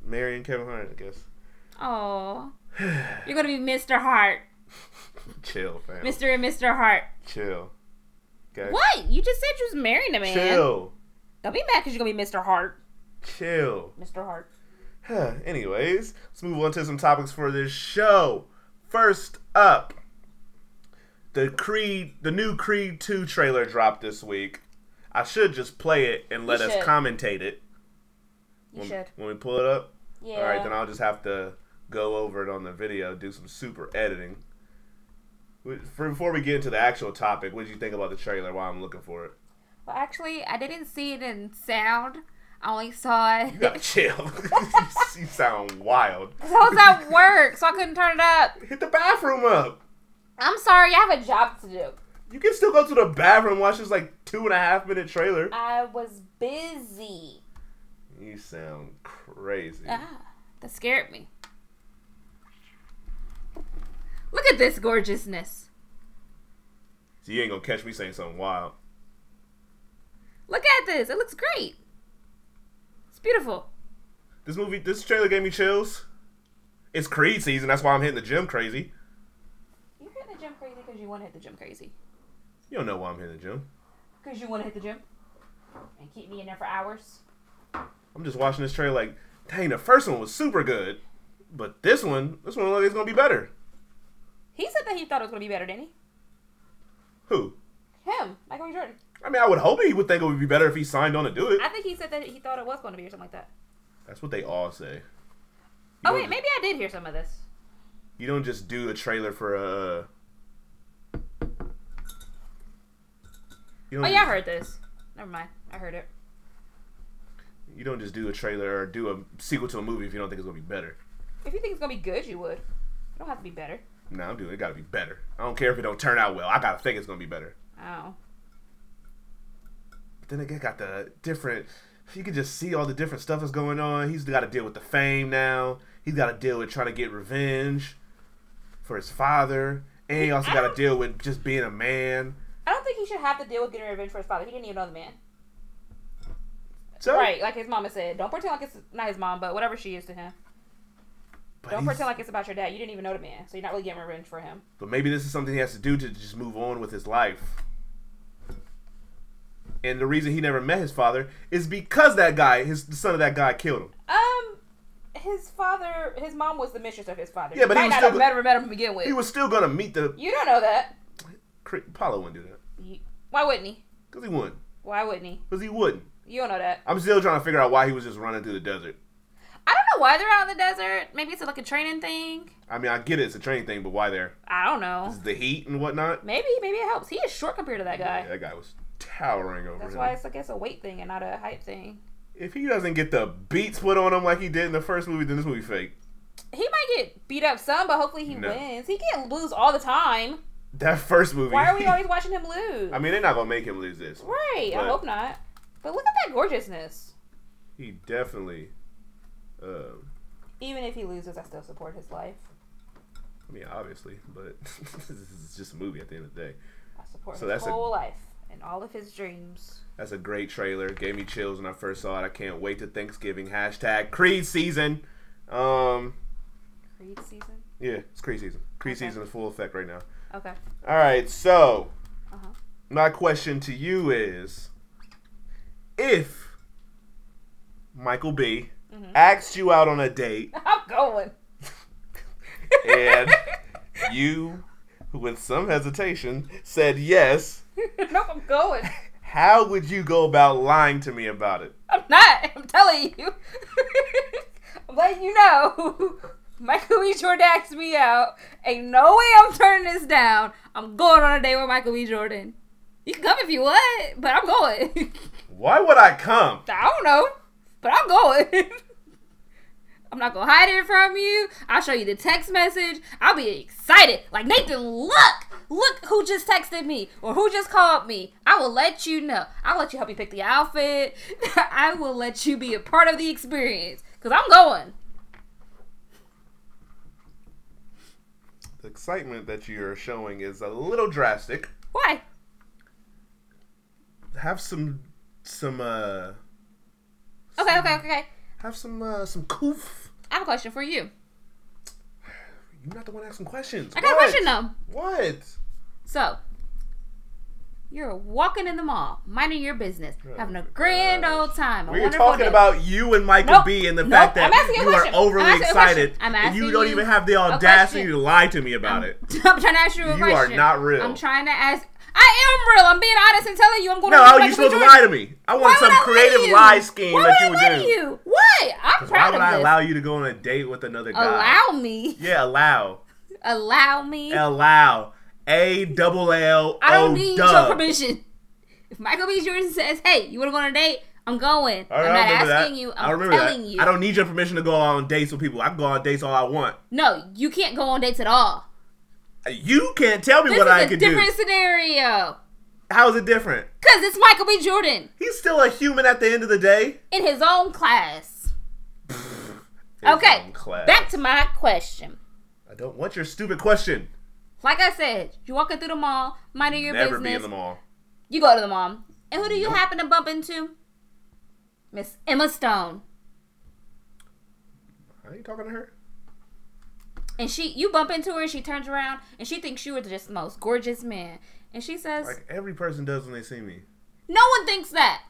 Speaker 2: marrying Kevin Hart. I guess.
Speaker 3: oh, you're gonna be Mr. Hart,
Speaker 2: Chill, fam.
Speaker 3: Mr. and Mr. Hart.
Speaker 2: Chill. Okay.
Speaker 3: What? You just said you was marrying a man.
Speaker 2: Chill.
Speaker 3: Don't be mad because you're gonna be Mr. Hart.
Speaker 2: Chill.
Speaker 3: Mr. Hart.
Speaker 2: Anyways, let's move on to some topics for this show. First up, the Creed, the new Creed 2 trailer dropped this week. I should just play it and let us
Speaker 3: should.
Speaker 2: commentate it.
Speaker 3: You
Speaker 2: when,
Speaker 3: should.
Speaker 2: when we pull it up.
Speaker 3: Yeah.
Speaker 2: All right, then I'll just have to go over it on the video, do some super editing. Wait, For, before we get into the actual topic, what did you think about the trailer while I'm looking for it?
Speaker 3: well, actually, I didn't see it in sound. I only saw it.
Speaker 2: You gotta chill. you sound wild.
Speaker 3: I was at work, so I couldn't turn it up.
Speaker 2: Hit the bathroom up.
Speaker 3: I'm sorry, I have a job to do.
Speaker 2: You can still go to the bathroom, watch this like two and a half minute trailer.
Speaker 3: I was busy.
Speaker 2: You sound crazy.
Speaker 3: Ah, that scared me. Look at this gorgeousness.
Speaker 2: So you ain't gonna catch me saying something wild.
Speaker 3: Look at this. It looks great. It's beautiful.
Speaker 2: This movie, this trailer gave me chills. It's Creed season. That's why I'm hitting the gym crazy.
Speaker 3: You're hitting the gym crazy because you want to hit the gym crazy.
Speaker 2: You don't know why I'm hitting the gym.
Speaker 3: Because you want to hit the gym and keep me in there for hours.
Speaker 2: I'm just watching this trailer like, dang, the first one was super good, but this one, this one looks like it's gonna be better.
Speaker 3: He said that he thought it was going to be better, didn't he?
Speaker 2: Who?
Speaker 3: Him, Michael B. Jordan.
Speaker 2: I mean, I would hope he would think it would be better if he signed on to do it.
Speaker 3: I think he said that he thought it was going to be or something like that.
Speaker 2: That's what they all say.
Speaker 3: Oh,
Speaker 2: don't
Speaker 3: wait, maybe I did hear some of this.
Speaker 2: You don't just do a trailer for uh, a. You
Speaker 3: Oh,
Speaker 2: don't
Speaker 3: yeah, I heard this. Never mind. I heard it.
Speaker 2: You don't just do a trailer or do a sequel to a movie if you don't think it's gonna be better.
Speaker 3: If you think it's going to be good, you would. It don't have to be better.
Speaker 2: No, I'm doing it. Gotta be better. I don't care if it don't turn out well. I gotta think it's gonna be better.
Speaker 3: Oh.
Speaker 2: But then again, got the different. You can just see all the different stuff that's going on. He's got to deal with the fame now. He's got to deal with trying to get revenge for his father, and he also
Speaker 3: I
Speaker 2: got to
Speaker 3: don't-
Speaker 2: deal with just being a man.
Speaker 3: I don't think he should have to deal with getting revenge for his father. He didn't even know the man.
Speaker 2: So,
Speaker 3: Right, like his mama said. Don't pretend like it's not his mom, but whatever she is to him.
Speaker 2: But,
Speaker 3: Don't
Speaker 2: he's-
Speaker 3: pretend like it's about your dad. You didn't even know the man, so you're not really getting revenge for him.
Speaker 2: but maybe this is something he has to do to just move on with his life. And the reason he never met his father is because that guy, his the son of that guy, killed him.
Speaker 3: Um, his father, his mom was the mistress of his father.
Speaker 2: Yeah,
Speaker 3: Yeah,
Speaker 2: but
Speaker 3: but
Speaker 2: he was
Speaker 3: might not
Speaker 2: still
Speaker 3: have
Speaker 2: the-
Speaker 3: never met him to begin with.
Speaker 2: He was still gonna meet the
Speaker 3: You don't know that.
Speaker 2: Cre- Paula wouldn't do that.
Speaker 3: You- Why wouldn't he?
Speaker 2: Because he wouldn't.
Speaker 3: Why wouldn't he?
Speaker 2: Because he wouldn't.
Speaker 3: You don't know that.
Speaker 2: I'm still trying to figure out why he was just running through the desert.
Speaker 3: I don't know why they're out in the desert. Maybe it's like a training thing.
Speaker 2: I mean, I get it. It's a training thing, but why there?
Speaker 3: I don't know.
Speaker 2: It's the heat and whatnot.
Speaker 3: Maybe, maybe it helps. He is short compared to that
Speaker 2: Yeah,
Speaker 3: guy.
Speaker 2: that guy was towering over
Speaker 3: That's
Speaker 2: him.
Speaker 3: why it's, I guess, a weight thing and not a height thing.
Speaker 2: If he doesn't get the beats put on him like he did in the first movie, then this movie fake.
Speaker 3: He might get beat up some, but hopefully he
Speaker 2: No.
Speaker 3: wins. He can't lose all the time.
Speaker 2: That first movie.
Speaker 3: Why are we always watching him lose?
Speaker 2: I mean, they're not gonna make him lose this.
Speaker 3: right.
Speaker 2: But-
Speaker 3: I hope not. But look at that gorgeousness.
Speaker 2: He definitely. Um,
Speaker 3: Even if he loses, I still support his life.
Speaker 2: I mean, obviously, but this is just a movie at the end of the day.
Speaker 3: I support
Speaker 2: So
Speaker 3: his
Speaker 2: that's a-
Speaker 3: whole life and all of his dreams.
Speaker 2: That's a great trailer. Gave me chills when I first saw it. I can't wait to Thanksgiving. Hashtag Creed season. Um,
Speaker 3: Creed season.
Speaker 2: yeah, it's Creed season. Creed
Speaker 3: Okay.
Speaker 2: season is full effect right now.
Speaker 3: Okay.
Speaker 2: All right, so
Speaker 3: Uh-huh.
Speaker 2: my question to you is, if Michael B
Speaker 3: Mm-hmm.
Speaker 2: asked you out on a date
Speaker 3: I'm going.
Speaker 2: and you, with some hesitation, said yes,
Speaker 3: nope, I'm going.
Speaker 2: how would you go about lying to me about it?
Speaker 3: I'm not. I'm telling you. I'm letting you know. Michael B. Jordan asked me out. Ain't no way I'm turning this down. I'm going on a date with Michael B. Jordan. You can come if you want, but I'm going.
Speaker 2: Why would I come?
Speaker 3: I don't know, but I'm going. I'm not gonna hide it from you. I'll show you the text message. I'll be excited. Like Nathan, look, look who just texted me or who just called me. I will let you know. I'll let you help you pick the outfit. I will let you be a part of the experience. Cause I'm going.
Speaker 2: The excitement that you're showing is a little drastic.
Speaker 3: Why?
Speaker 2: Have some, some, uh,
Speaker 3: Okay, okay, okay, okay.
Speaker 2: have some, uh, some coof.
Speaker 3: I have a question for you.
Speaker 2: You're not the one asking questions.
Speaker 3: I got a question though.
Speaker 2: What?
Speaker 3: So you're walking in the mall, minding your business, having a
Speaker 2: my
Speaker 3: grand old time. a
Speaker 2: We're
Speaker 3: wonderful
Speaker 2: talking
Speaker 3: day.
Speaker 2: about you and Michael
Speaker 3: Nope.
Speaker 2: B and the
Speaker 3: Nope.
Speaker 2: fact that
Speaker 3: I'm asking a
Speaker 2: you are
Speaker 3: question. I'm
Speaker 2: overly
Speaker 3: asking a
Speaker 2: excited
Speaker 3: question. I'm
Speaker 2: and you
Speaker 3: asking
Speaker 2: don't
Speaker 3: you
Speaker 2: even have the
Speaker 3: a
Speaker 2: audacity
Speaker 3: question.
Speaker 2: to lie to me about it.
Speaker 3: I'm trying to ask you a
Speaker 2: You
Speaker 3: question.
Speaker 2: are not real.
Speaker 3: I'm trying to ask. I am real. I'm being honest and telling you. I'm going
Speaker 2: No,
Speaker 3: to.
Speaker 2: how are you supposed to lie to me? I want some creative lie scheme
Speaker 3: Why
Speaker 2: that
Speaker 3: would
Speaker 2: you would
Speaker 3: I lie to
Speaker 2: do.
Speaker 3: you? What? I'm
Speaker 2: Why
Speaker 3: proud
Speaker 2: would
Speaker 3: of
Speaker 2: I
Speaker 3: this.
Speaker 2: allow you to go on a date with another guy?
Speaker 3: allow me.
Speaker 2: Yeah, allow.
Speaker 3: Allow me. I
Speaker 2: Allow. A double L
Speaker 3: I don't
Speaker 2: O
Speaker 3: need
Speaker 2: dub.
Speaker 3: your permission. If Michael B. Jordan says, "Hey, you want to go on a date?" I'm going.
Speaker 2: All right,
Speaker 3: I'm
Speaker 2: I
Speaker 3: not
Speaker 2: remember
Speaker 3: asking
Speaker 2: that.
Speaker 3: you.
Speaker 2: I
Speaker 3: I'm
Speaker 2: remember
Speaker 3: telling
Speaker 2: that.
Speaker 3: you.
Speaker 2: I don't need your permission to go on dates with people. I can go on dates all I want.
Speaker 3: No, you can't go on dates at all.
Speaker 2: You can't tell me
Speaker 3: This
Speaker 2: what
Speaker 3: is
Speaker 2: I
Speaker 3: a
Speaker 2: can
Speaker 3: different
Speaker 2: do.
Speaker 3: scenario.
Speaker 2: How is it different?
Speaker 3: Cause it's Michael B. Jordan
Speaker 2: He's still a human at the end of the day.
Speaker 3: in his own class.
Speaker 2: His
Speaker 3: okay,
Speaker 2: own class.
Speaker 3: back to my question.
Speaker 2: I don't want your stupid question.
Speaker 3: Like I said, you're walking through the mall, minding your
Speaker 2: Never
Speaker 3: business.
Speaker 2: be in the mall.
Speaker 3: You go to the mall. And who do you happen to bump into? Miss Emma Stone.
Speaker 2: Are you talking to her?
Speaker 3: And she you bump into her and she turns around and she thinks you are just the most gorgeous man. And she says,
Speaker 2: Like every person does when they see me.
Speaker 3: No one thinks that.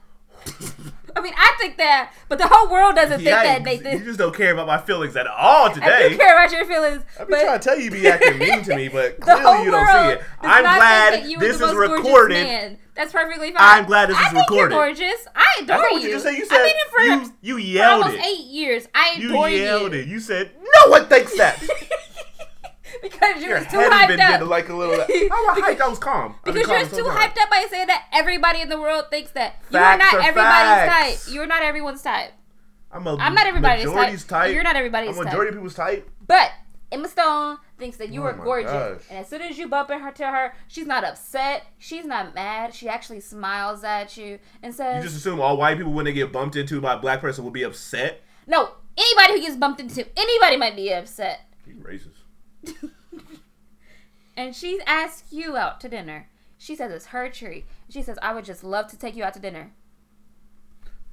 Speaker 3: I mean, I think that, but the whole world doesn't think that they
Speaker 2: Yikes.
Speaker 3: think.
Speaker 2: You just don't care about my feelings at all
Speaker 3: I do
Speaker 2: today.
Speaker 3: care about your feelings.
Speaker 2: I've been trying
Speaker 3: But
Speaker 2: to tell you you be acting mean to me, but
Speaker 3: the whole
Speaker 2: clearly you don't see
Speaker 3: world
Speaker 2: it.
Speaker 3: does
Speaker 2: I'm
Speaker 3: not think
Speaker 2: glad
Speaker 3: that you were
Speaker 2: this
Speaker 3: the
Speaker 2: is
Speaker 3: most gorgeous
Speaker 2: recorded.
Speaker 3: Man. That's perfectly fine.
Speaker 2: I'm glad this
Speaker 3: I
Speaker 2: is
Speaker 3: think you're
Speaker 2: recorded.
Speaker 3: gorgeous. I adore
Speaker 2: That's not what
Speaker 3: you.
Speaker 2: you just said. You said
Speaker 3: I've been in for,
Speaker 2: you, you
Speaker 3: for
Speaker 2: yelled
Speaker 3: almost
Speaker 2: it.
Speaker 3: eight years. I
Speaker 2: You
Speaker 3: adore
Speaker 2: yelled
Speaker 3: you.
Speaker 2: it. You said no one thinks that.
Speaker 3: because you
Speaker 2: Your
Speaker 3: was too
Speaker 2: head even
Speaker 3: hyped
Speaker 2: did
Speaker 3: up.
Speaker 2: like a little. I was hyped. I was calm. I've been
Speaker 3: Because you're
Speaker 2: calm
Speaker 3: just
Speaker 2: this
Speaker 3: too
Speaker 2: whole time.
Speaker 3: hyped up by saying that everybody in the world thinks that. You
Speaker 2: Facts
Speaker 3: are
Speaker 2: are
Speaker 3: not everybody's
Speaker 2: facts.
Speaker 3: type. You're not everyone's type.
Speaker 2: I'm, a
Speaker 3: I'm not everybody's
Speaker 2: majority's
Speaker 3: type. You're not everybody's
Speaker 2: I'm a
Speaker 3: type.
Speaker 2: majority of people's type.
Speaker 3: But Emma Stone thinks that you
Speaker 2: Oh
Speaker 3: are
Speaker 2: my
Speaker 3: gorgeous.
Speaker 2: gosh.
Speaker 3: And as soon as you bump in her to her, she's not upset. She's not mad. She actually smiles at you and
Speaker 2: You
Speaker 3: says,
Speaker 2: just assume all white people when they get bumped into by a black person will be upset.
Speaker 3: No, anybody who gets bumped into, anybody might be upset.
Speaker 2: You racist.
Speaker 3: And she asks you out to dinner. She says it's her treat. She says, I would just love to take you out to dinner.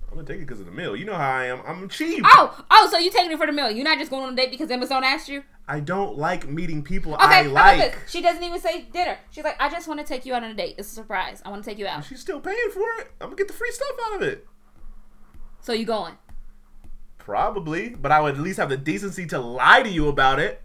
Speaker 2: I'm gonna take it because of the meal. You know how I am. I'm cheap.
Speaker 3: Oh, oh, so you taking it for the meal. You're not just going on a date because Emma Stone asked you?
Speaker 2: I don't like meeting people
Speaker 3: Okay,
Speaker 2: I
Speaker 3: how about
Speaker 2: like.
Speaker 3: this? She doesn't even say dinner. She's like, I just want to take you out on a date. It's a surprise. I want to take you out.
Speaker 2: She's still paying for it. I'm gonna get the free stuff out of it.
Speaker 3: So you going.
Speaker 2: Probably, but I would at least have the decency to lie to you about it.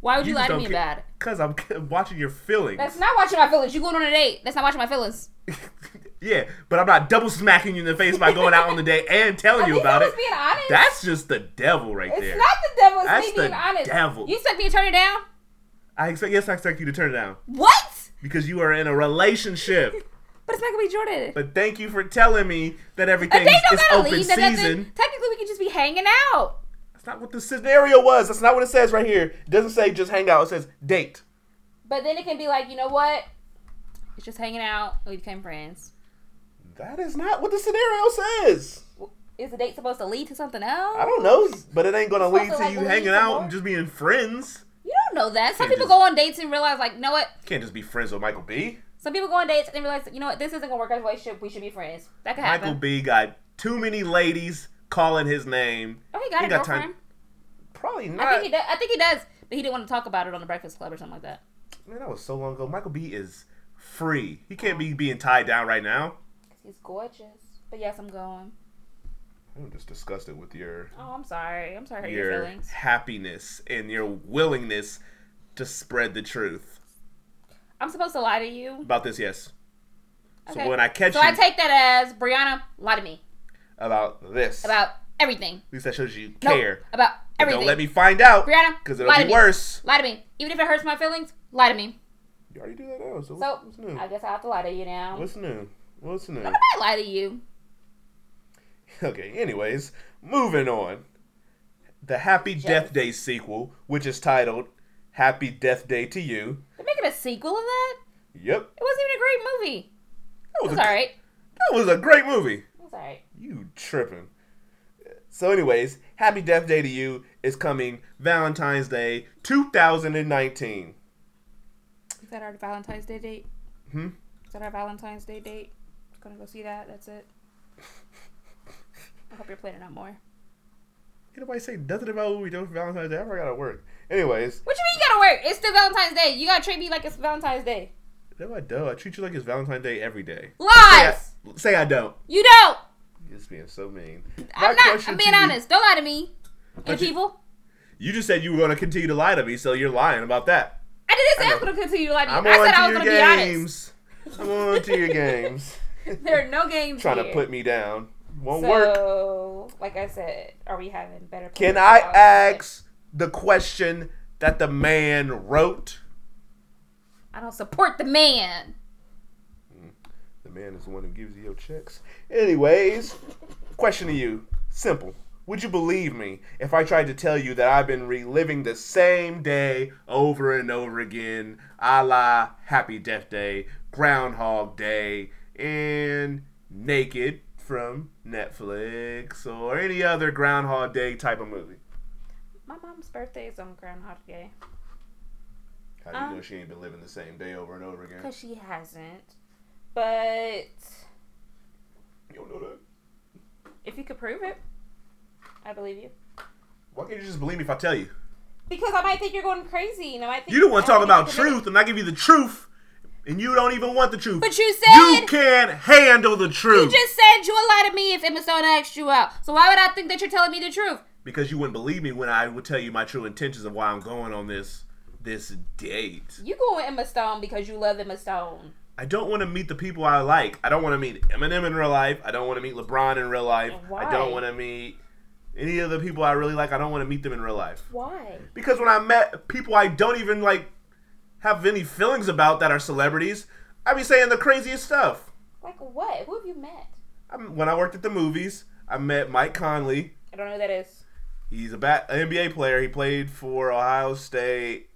Speaker 3: Why would you,
Speaker 2: just
Speaker 3: lie to
Speaker 2: don't
Speaker 3: me
Speaker 2: ca-
Speaker 3: about it?
Speaker 2: Cause I'm c- watching your feelings.
Speaker 3: That's not watching my feelings. You going on a date. That's not watching my feelings.
Speaker 2: yeah, but I'm not double smacking you in the face by going out on the day and telling you about it.
Speaker 3: being honest.
Speaker 2: That's just the devil right
Speaker 3: it's
Speaker 2: there.
Speaker 3: not the devil. It's
Speaker 2: That's
Speaker 3: me
Speaker 2: the
Speaker 3: being honest.
Speaker 2: devil.
Speaker 3: You expect me to turn it down?
Speaker 2: I expect yes, I expect you to turn it down
Speaker 3: What?
Speaker 2: because you are in a relationship.
Speaker 3: But it's not gonna be Jordan.
Speaker 2: but thank you for telling me that
Speaker 3: a
Speaker 2: everything
Speaker 3: date don't
Speaker 2: is
Speaker 3: gotta
Speaker 2: open
Speaker 3: lead to nothing.
Speaker 2: season.
Speaker 3: Technically, we can just be hanging out.
Speaker 2: That's not what the scenario was. That's not what it says right here. It doesn't say just hang out. It says date.
Speaker 3: But then it can be like, you know what? It's just hanging out. We became friends.
Speaker 2: That is not what the scenario says.
Speaker 3: W- Is the date supposed to lead to something
Speaker 2: I
Speaker 3: else?
Speaker 2: don't know, but it ain't gonna
Speaker 3: It's
Speaker 2: lead
Speaker 3: also
Speaker 2: to
Speaker 3: like
Speaker 2: you
Speaker 3: leading
Speaker 2: hanging
Speaker 3: to
Speaker 2: out
Speaker 3: more.
Speaker 2: and just being friends.
Speaker 3: You don't know that. Some
Speaker 2: Can't
Speaker 3: people
Speaker 2: just-
Speaker 3: go on dates and realize, like, you know what?
Speaker 2: Can't just be friends with Michael B.
Speaker 3: Some people go on dates and realize, you know what? This isn't gonna work out. Relationship. We should be friends. That could happen.
Speaker 2: Michael B got too many ladies calling his name.
Speaker 3: Oh, he got
Speaker 2: He
Speaker 3: a
Speaker 2: got time.
Speaker 3: girlfriend.
Speaker 2: Probably
Speaker 3: I think
Speaker 2: not.
Speaker 3: he does. I think he does, but he didn't want to talk about it on the Breakfast Club or something like that.
Speaker 2: Man, that was so long ago. Michael B is free. He can't be being tied down right now.
Speaker 3: He's gorgeous, but yes, I'm going.
Speaker 2: I'm just disgusted with your
Speaker 3: Oh, I'm sorry. I'm sorry to hurt your,
Speaker 2: your
Speaker 3: feelings.
Speaker 2: happiness and your willingness to spread the truth
Speaker 3: I'm supposed to lie to you.
Speaker 2: about this. Yes.
Speaker 3: Okay.
Speaker 2: So when I catch
Speaker 3: So
Speaker 2: you
Speaker 3: I take that as Brianna lie to me
Speaker 2: about this,
Speaker 3: about everything.
Speaker 2: at least that shows you
Speaker 3: Nope.
Speaker 2: care.
Speaker 3: About
Speaker 2: But
Speaker 3: everything.
Speaker 2: Don't let me find out
Speaker 3: Brianna,
Speaker 2: because
Speaker 3: lie
Speaker 2: it'll
Speaker 3: to
Speaker 2: be
Speaker 3: me.
Speaker 2: worse.
Speaker 3: Lie to me, even if it hurts my feelings. Lie to me.
Speaker 2: You already do that now. So,
Speaker 3: So
Speaker 2: what's, what's new?
Speaker 3: I guess I have to lie to you now.
Speaker 2: What's new? What's new?
Speaker 3: I lie to you.
Speaker 2: Okay, anyways, moving on. The Happy Death Day sequel, which is titled Happy Death Day to You.
Speaker 3: They're making a sequel of that.
Speaker 2: Yep.
Speaker 3: It wasn't even a great movie.
Speaker 2: That
Speaker 3: It
Speaker 2: was,
Speaker 3: was
Speaker 2: a,
Speaker 3: alright.
Speaker 2: that was a great movie.
Speaker 3: It was alright.
Speaker 2: You tripping. So, anyways, Happy Death Day to You is coming Valentine's Day 2019.
Speaker 3: Is that our Valentine's Day date?
Speaker 2: Hmm?
Speaker 3: Is that our Valentine's Day date? Just gonna go see that. That's it. I hope you're planning out more.
Speaker 2: Anybody say nothing about what we do for Valentine's Day? I forgot to work. Anyways,
Speaker 3: What you mean you gotta work? It's still Valentine's Day. You gotta treat me like it's Valentine's Day.
Speaker 2: no, I don't. I treat you like it's Valentine's Day every day. Say
Speaker 3: Lies!
Speaker 2: I, say I don't.
Speaker 3: You don't.
Speaker 2: You're just being so mean.
Speaker 3: I'm
Speaker 2: My
Speaker 3: not.
Speaker 2: question
Speaker 3: I'm
Speaker 2: to
Speaker 3: being
Speaker 2: you-
Speaker 3: honest. Don't lie to me. And
Speaker 2: But you-
Speaker 3: people.
Speaker 2: You just said you were going to continue to lie to me, so you're lying about that.
Speaker 3: I didn't say I
Speaker 2: I
Speaker 3: was gonna continue to lie to you.
Speaker 2: I'm
Speaker 3: I
Speaker 2: on
Speaker 3: said
Speaker 2: to
Speaker 3: I was
Speaker 2: your
Speaker 3: gonna be honest.
Speaker 2: games. I'm on to your games.
Speaker 3: There are no games
Speaker 2: Trying
Speaker 3: here.
Speaker 2: to put me down. Won't work.
Speaker 3: So, like I said, are we having better?
Speaker 2: Can
Speaker 3: plans
Speaker 2: I
Speaker 3: for Valentine's Day?
Speaker 2: ask the question that the man wrote?
Speaker 3: I don't support the man.
Speaker 2: The man is the one who gives you your checks. Anyways, question to you. Simple. Would you believe me if I tried to tell you that I've been reliving the same day over and over again, a la Happy Death Day, Groundhog Day, and Naked from Netflix or any other Groundhog Day type of movie?
Speaker 3: My mom's birthday is on Groundhog Day.
Speaker 2: How do you
Speaker 3: Um,
Speaker 2: know she ain't been living the same day over and over again?
Speaker 3: because she hasn't. But
Speaker 2: You don't know that.
Speaker 3: if you could prove it, I believe you.
Speaker 2: Why can't you just believe me if I tell you?
Speaker 3: Because I might think you're going crazy, and I might think
Speaker 2: You don't want
Speaker 3: I
Speaker 2: to talk
Speaker 3: think
Speaker 2: about
Speaker 3: you could-
Speaker 2: truth, and I give you the truth, and you don't even want the truth.
Speaker 3: But you said
Speaker 2: you can't handle the
Speaker 3: you
Speaker 2: truth
Speaker 3: just said you would lie to me if Emma Stone asked you out. So why would I think that you're telling me the truth?
Speaker 2: because you wouldn't believe me when I would tell you my true intentions of why I'm going on this this date.
Speaker 3: You go with Emma Stone because you love Emma Stone.
Speaker 2: I don't want to meet the people I like. I don't want to meet Eminem in real life. I don't want to meet LeBron in real life. I
Speaker 3: Why?
Speaker 2: don't want to meet any of the people I really like. I don't want to meet them in real life.
Speaker 3: Why?
Speaker 2: Because when I met people I don't even like have any feelings about that are celebrities, I be saying the craziest stuff.
Speaker 3: Like what? Who have you met?
Speaker 2: i when I worked at the movies, I met Mike Conley.
Speaker 3: I don't know who that is.
Speaker 2: He's a bat, an NBA player. He played for Ohio State,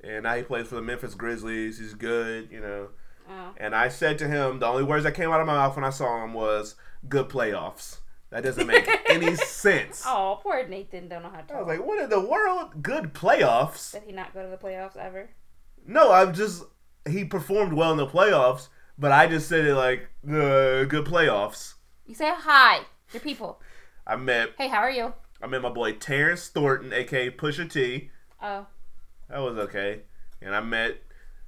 Speaker 2: and now he plays for the Memphis Grizzlies. He's good, you know.
Speaker 3: Oh.
Speaker 2: And I said to him, the only words that came out of my mouth when I saw him was "good playoffs." That doesn't make any sense.
Speaker 3: Oh, poor Nathan don't know how to
Speaker 2: I
Speaker 3: talk.
Speaker 2: was like, "What in the world? Good playoffs?"
Speaker 3: Did he not go to the playoffs ever?
Speaker 2: No, I'm just he performed well in the playoffs, but I just said it like uh, good playoffs.
Speaker 3: You say hi. Your people.
Speaker 2: I met
Speaker 3: Hey, how are you?
Speaker 2: I met my boy Terrence Thornton, aka Pusha T.
Speaker 3: Oh,
Speaker 2: That was okay, and I met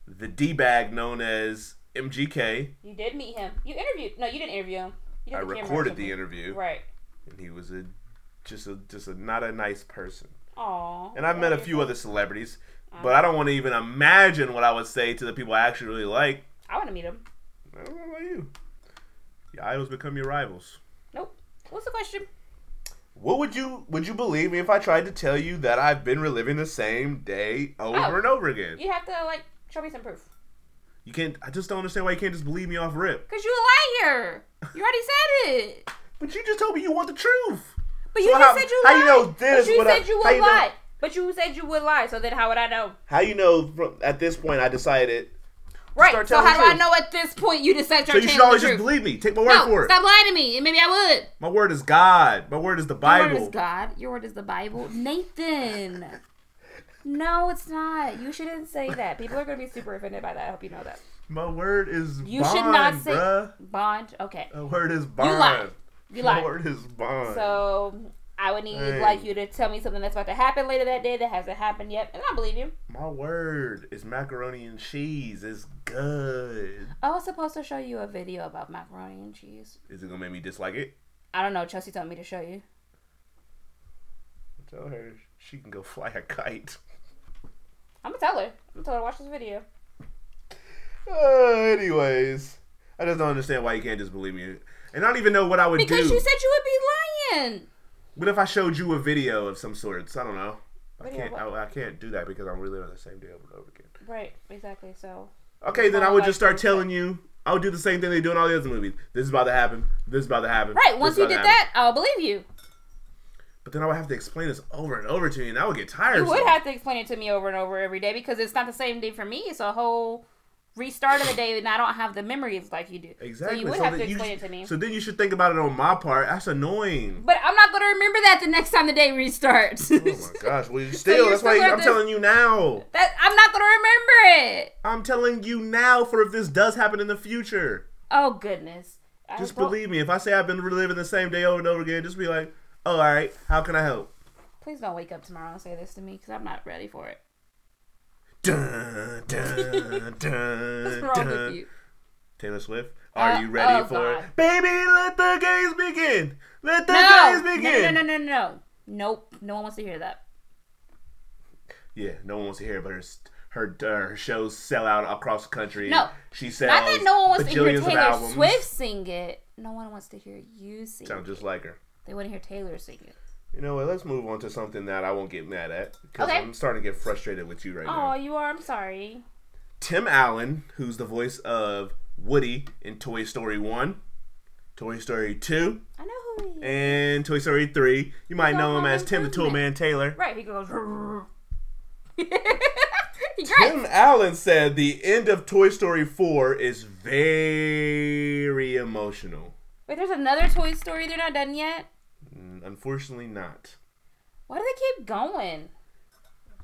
Speaker 2: the D bag known as MGK.
Speaker 3: you did meet him. You interviewed. No, you didn't interview him. You did
Speaker 2: I
Speaker 3: the camera
Speaker 2: recorded
Speaker 3: interview.
Speaker 2: the interview,
Speaker 3: Right.
Speaker 2: and he was a just a just a not a nice person.
Speaker 3: Aw.
Speaker 2: And I met a few other celebrities,
Speaker 3: Uh-huh.
Speaker 2: but I don't want to even imagine what I would say to the people I actually really like.
Speaker 3: I want to meet him.
Speaker 2: I don't know about you. Your idols become your rivals.
Speaker 3: Nope. What's the question?
Speaker 2: What would you would you believe me if I tried to tell you that I've been reliving the same day over
Speaker 3: Oh.
Speaker 2: and over again?
Speaker 3: You have to like show me some proof.
Speaker 2: You can't. I just don't understand why you can't just believe me off rip.
Speaker 3: Cause you a liar. You already said it.
Speaker 2: But you just told me you want the truth.
Speaker 3: But you
Speaker 2: So
Speaker 3: just
Speaker 2: how-
Speaker 3: said you
Speaker 2: how
Speaker 3: lied.
Speaker 2: you know this
Speaker 3: But you
Speaker 2: when I-
Speaker 3: said you
Speaker 2: how
Speaker 3: would
Speaker 2: you know-
Speaker 3: lie. But you said you would lie. So then how would I know?
Speaker 2: How you know? From, at this point, I decided.
Speaker 3: Right.
Speaker 2: Start
Speaker 3: So
Speaker 2: telling
Speaker 3: how
Speaker 2: the
Speaker 3: do I
Speaker 2: truth.
Speaker 3: know at this point you decided
Speaker 2: So
Speaker 3: you're
Speaker 2: you should
Speaker 3: telling
Speaker 2: always
Speaker 3: the
Speaker 2: just
Speaker 3: truth?
Speaker 2: believe me. Take my word for
Speaker 3: No,
Speaker 2: it.
Speaker 3: stop lying to me. and Maybe I would.
Speaker 2: My word is God. My word is the Bible.
Speaker 3: Your word is God. Your word is the Bible. Nathan. No, it's not. You shouldn't say that. People are going to be super offended by that. I hope you know that.
Speaker 2: My word is
Speaker 3: You
Speaker 2: bond,
Speaker 3: should not say
Speaker 2: bruh.
Speaker 3: bond. Okay,
Speaker 2: My word is bond.
Speaker 3: lied. you
Speaker 2: My
Speaker 3: lied.
Speaker 2: word is bond.
Speaker 3: So I would need
Speaker 2: Dang.
Speaker 3: like you to tell me something that's about to happen later that day that hasn't happened yet, and I believe you.
Speaker 2: My word is macaroni and cheese. It's good.
Speaker 3: I was supposed to show you a video about macaroni and cheese.
Speaker 2: Is it gonna make me dislike it?
Speaker 3: I don't know. Chelsea told me to show you.
Speaker 2: Tell her she can go fly a kite.
Speaker 3: I'm gonna tell her. I'm gonna tell her to watch this video.
Speaker 2: Uh, anyways, I just don't understand why you can't just believe me, and I don't even know what I would
Speaker 3: Because
Speaker 2: do.
Speaker 3: you said you would be lying.
Speaker 2: what if I showed you a video of some sort? I don't know. I
Speaker 3: Video
Speaker 2: can't. I, I can't do that because I'm reliving the same day over and over again.
Speaker 3: Right. Exactly. So
Speaker 2: Okay, then I
Speaker 3: Well,
Speaker 2: would
Speaker 3: like,
Speaker 2: just start
Speaker 3: okay.
Speaker 2: telling you. I would do the same thing they do in all the other movies. This is about to happen. This is about to happen.
Speaker 3: right.
Speaker 2: This
Speaker 3: Once
Speaker 2: is
Speaker 3: you
Speaker 2: about
Speaker 3: did
Speaker 2: to happen.
Speaker 3: that, I'll believe you.
Speaker 2: but then I would have to explain this over and over to you, and I would get tired.
Speaker 3: You
Speaker 2: of
Speaker 3: would
Speaker 2: it.
Speaker 3: have to explain it to me over and over every day because it's not the same day for me. It's a whole restart of the day, and I don't have the memories like you do.
Speaker 2: Exactly.
Speaker 3: So you would have
Speaker 2: then
Speaker 3: to
Speaker 2: you
Speaker 3: explain
Speaker 2: sh-
Speaker 3: it to me.
Speaker 2: So then you should think about it on my part. That's annoying.
Speaker 3: but I'm not going to remember that the next time the day restarts.
Speaker 2: Oh my gosh. Well, you still,
Speaker 3: you're
Speaker 2: that's why
Speaker 3: still at
Speaker 2: I'm
Speaker 3: this-
Speaker 2: telling you now.
Speaker 3: that I'm not going to remember it.
Speaker 2: I'm telling you now for if this does happen in the future.
Speaker 3: Oh goodness. I
Speaker 2: Just
Speaker 3: don't-
Speaker 2: believe me. If I say I've been reliving the same day over and over again, just be like, oh, all right, how can I help?
Speaker 3: Please don't wake up tomorrow and say this to me because I'm not ready for it.
Speaker 2: Dun, dun, dun,
Speaker 3: What's wrong
Speaker 2: dun.
Speaker 3: with you?
Speaker 2: Taylor Swift, are
Speaker 3: Uh,
Speaker 2: you ready
Speaker 3: oh,
Speaker 2: for
Speaker 3: God.
Speaker 2: it? Baby, let the games begin. Let the
Speaker 3: No.
Speaker 2: games
Speaker 3: No,
Speaker 2: begin.
Speaker 3: no, no, no, no. Nope. No one wants to hear that.
Speaker 2: Yeah, no one wants to hear about her st- her uh, her shows sell out across the country.
Speaker 3: No.
Speaker 2: she sells.
Speaker 3: Not that no one wants to
Speaker 2: bajillions
Speaker 3: hear
Speaker 2: of
Speaker 3: Taylor
Speaker 2: albums.
Speaker 3: Swift sing it. No one wants to hear you sing
Speaker 2: Sound
Speaker 3: it.
Speaker 2: just like her.
Speaker 3: They want to hear Taylor sing it.
Speaker 2: You know what? Let's move on to something that I won't get mad at because
Speaker 3: Okay.
Speaker 2: I'm starting to get frustrated with you right
Speaker 3: Oh,
Speaker 2: now.
Speaker 3: you are. I'm sorry.
Speaker 2: Tim Allen, who's the voice of Woody in Toy Story One, Toy Story Two,
Speaker 3: I know who he is.
Speaker 2: and Toy Story Three. You might
Speaker 3: He's
Speaker 2: know
Speaker 3: on
Speaker 2: him
Speaker 3: Home
Speaker 2: as Tim the Tool
Speaker 3: Improvement.
Speaker 2: Man Taylor.
Speaker 3: Right, he goes. He's great.
Speaker 2: Tim Allen said the end of Toy Story Four is very emotional.
Speaker 3: Wait, there's another Toy Story. They're not done yet.
Speaker 2: Mm, Unfortunately, not.
Speaker 3: Why do they keep going?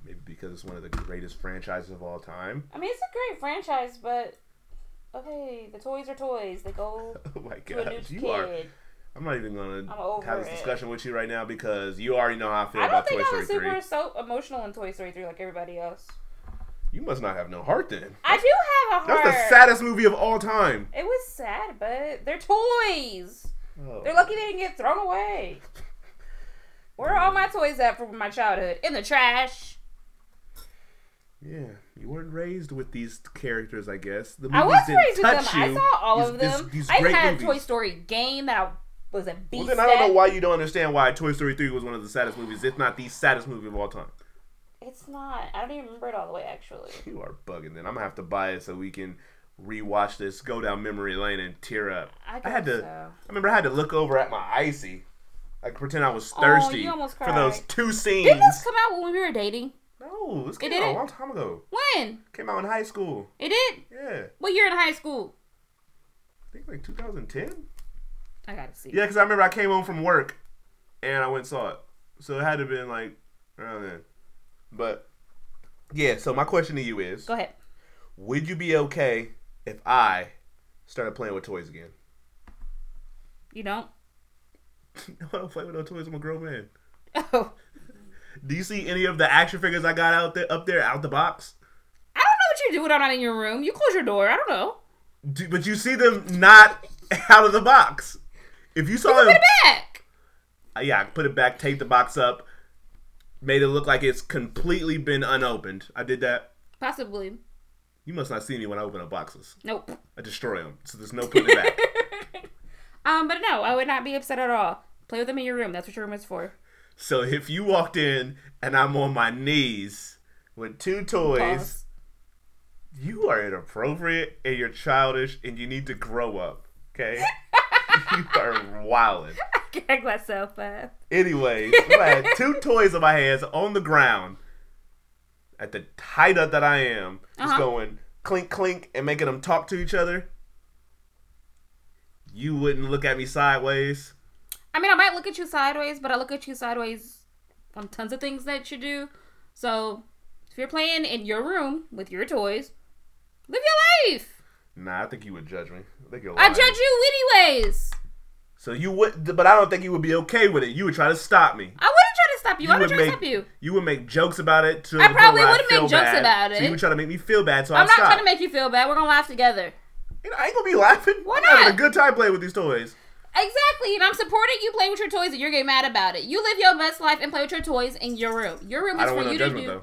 Speaker 2: Maybe because it's one of the greatest franchises of all time.
Speaker 3: I mean, it's a great franchise, but okay, the toys are toys. They go
Speaker 2: Oh my
Speaker 3: to a new
Speaker 2: god,
Speaker 3: kid.
Speaker 2: you are. I'm not even
Speaker 3: I'm
Speaker 2: gonna
Speaker 3: over
Speaker 2: have this
Speaker 3: it.
Speaker 2: discussion with you right now because you already know how I feel
Speaker 3: I don't
Speaker 2: about Toy
Speaker 3: think I
Speaker 2: Story
Speaker 3: was super
Speaker 2: 3.
Speaker 3: so emotional in Toy Story 3 like everybody else.
Speaker 2: You must not have no heart then.
Speaker 3: I do have a
Speaker 2: That's
Speaker 3: heart.
Speaker 2: the saddest movie of all time.
Speaker 3: It was sad, but they're toys.
Speaker 2: Oh.
Speaker 3: They're lucky they didn't get thrown away. Where are all my toys at from my childhood? In the trash.
Speaker 2: Yeah, you weren't raised with these characters, I guess. The
Speaker 3: I
Speaker 2: movies
Speaker 3: was
Speaker 2: didn't
Speaker 3: raised with them.
Speaker 2: touch
Speaker 3: I
Speaker 2: you.
Speaker 3: saw all
Speaker 2: These-
Speaker 3: of
Speaker 2: this-
Speaker 3: them.
Speaker 2: these
Speaker 3: I even
Speaker 2: great
Speaker 3: had a
Speaker 2: movies.
Speaker 3: Toy Story game that I was a beast
Speaker 2: Well, then I don't know
Speaker 3: at.
Speaker 2: why you don't understand why Toy Story 3 was one of the saddest movies, if not the saddest movie of all time.
Speaker 3: It's not. I don't even remember it all the way, actually.
Speaker 2: You are bugging. Then I'm gonna have to buy it so we can rewatch this, go down memory lane, and tear up.
Speaker 3: I
Speaker 2: had
Speaker 3: guess
Speaker 2: to.
Speaker 3: so.
Speaker 2: I remember I had to look over at my icy, like pretend I was thirsty
Speaker 3: Oh, you almost
Speaker 2: for those
Speaker 3: cried.
Speaker 2: two scenes.
Speaker 3: Didn't this come out when we were dating?
Speaker 2: no, this came out
Speaker 3: didn't?
Speaker 2: a long time ago.
Speaker 3: When?
Speaker 2: Came out in high school.
Speaker 3: It did?
Speaker 2: Yeah,
Speaker 3: What year in high school?
Speaker 2: I think like 2010.
Speaker 3: I gotta see.
Speaker 2: Yeah, because I remember I came home from work and I went and saw it. So it had to have been like around then. But yeah, so my question to you is
Speaker 3: Go ahead.
Speaker 2: Would you be okay if I started playing with toys again?
Speaker 3: You don't?
Speaker 2: no, I don't play with no toys. I'm a grown man.
Speaker 3: Oh.
Speaker 2: Do you see any of the action figures I got out there up there out the box?
Speaker 3: I don't know what you're doing. I'm not in your room. You close your door. I don't know.
Speaker 2: Do, but you see them not out of the box. If you saw them,
Speaker 3: Put it back.
Speaker 2: yeah, I put it back, taped the box up, made it look like it's completely been unopened. I did that.
Speaker 3: Possibly.
Speaker 2: You must not see me when I open up boxes.
Speaker 3: Nope.
Speaker 2: I destroy them, so there's no putting it back.
Speaker 3: Um, but no, I would not be upset at all. Play with them in your room. That's what your room is for.
Speaker 2: so if you walked in and I'm on my knees with two toys,
Speaker 3: Pause.
Speaker 2: you are inappropriate and you're childish and you need to grow up. Okay? you are wildin'.
Speaker 3: Gag myself up.
Speaker 2: Anyways, I had two toys in my hands on the ground at the height of that I am, just
Speaker 3: Uh-huh.
Speaker 2: going clink clink and making them talk to each other. You wouldn't look at me sideways.
Speaker 3: I mean, I might look at you sideways, but I look at you sideways on tons of things that you do. So, if you're playing in your room with your toys, live your life.
Speaker 2: Nah, I think you would judge me. I think you're
Speaker 3: I
Speaker 2: lying.
Speaker 3: judge you anyways.
Speaker 2: So you would, but I don't think you would be okay with it. You would try to stop me.
Speaker 3: I wouldn't try to stop you. I would
Speaker 2: would
Speaker 3: try
Speaker 2: make
Speaker 3: to stop you.
Speaker 2: You would make jokes about it. To
Speaker 3: I probably
Speaker 2: would
Speaker 3: would make jokes about
Speaker 2: So
Speaker 3: it.
Speaker 2: you would try to make me feel bad, so
Speaker 3: I'm
Speaker 2: I'm
Speaker 3: not
Speaker 2: stop.
Speaker 3: trying to make you feel bad. We're gonna laugh together.
Speaker 2: And I ain't gonna be laughing.
Speaker 3: Why
Speaker 2: I'm having
Speaker 3: not?
Speaker 2: a good time playing with these toys.
Speaker 3: Exactly, and I'm supporting you play with your toys, and you're getting mad about it. You live your best life and play with your toys in your room. Your room
Speaker 2: I
Speaker 3: is
Speaker 2: don't
Speaker 3: for
Speaker 2: want no
Speaker 3: you to
Speaker 2: judgment
Speaker 3: do.
Speaker 2: though.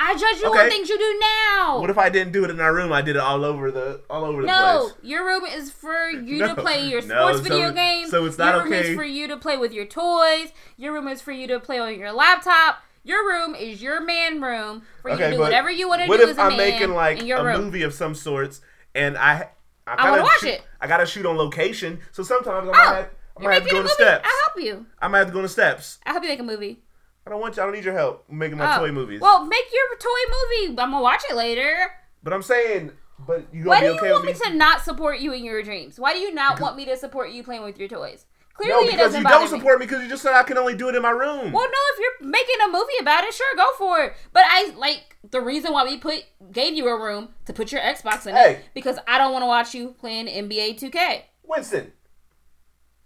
Speaker 3: I judge you on
Speaker 2: Okay.
Speaker 3: things you do now.
Speaker 2: What if I didn't do it in our room? I did it all over the all over the
Speaker 3: no,
Speaker 2: place.
Speaker 3: your room is for you to
Speaker 2: No.
Speaker 3: play your
Speaker 2: No,
Speaker 3: sports
Speaker 2: so-
Speaker 3: video games.
Speaker 2: so it's not
Speaker 3: your room
Speaker 2: okay.
Speaker 3: is for you to play with your toys. Your room is for you to play on your laptop. Your room is your man room for you to do
Speaker 2: but
Speaker 3: whatever you want to do
Speaker 2: What
Speaker 3: as
Speaker 2: if
Speaker 3: a
Speaker 2: I'm
Speaker 3: man
Speaker 2: making like
Speaker 3: in your
Speaker 2: a
Speaker 3: room.
Speaker 2: movie of some sorts, and I I,
Speaker 3: wanna
Speaker 2: gotta
Speaker 3: watch
Speaker 2: shoot-
Speaker 3: it.
Speaker 2: I gotta shoot on location, so sometimes I might
Speaker 3: Oh,
Speaker 2: have, I
Speaker 3: You're
Speaker 2: might have to
Speaker 3: making
Speaker 2: go to
Speaker 3: a movie.
Speaker 2: steps.
Speaker 3: I'll help you.
Speaker 2: I might have to go to steps.
Speaker 3: I'll help you make a movie.
Speaker 2: I don't want you. I don't need your help making my
Speaker 3: Oh.
Speaker 2: toy movies.
Speaker 3: Well, make your toy movie. I'm gonna watch it later.
Speaker 2: but I'm saying, but you gonna
Speaker 3: Why do
Speaker 2: be
Speaker 3: you
Speaker 2: okay
Speaker 3: want me
Speaker 2: with me?
Speaker 3: to not support you in your dreams? Why do you not want me to support you playing with your toys? Clearly,
Speaker 2: no,
Speaker 3: it
Speaker 2: because
Speaker 3: doesn't
Speaker 2: you
Speaker 3: bother
Speaker 2: don't
Speaker 3: me.
Speaker 2: support me because you just said I can only do it in my room.
Speaker 3: Well, no, if you're making a movie about it, sure, go for it. But I like the reason why we put gave you a room to put your Xbox in it
Speaker 2: Hey.
Speaker 3: because I don't want to watch you playing NBA 2K.
Speaker 2: Winston,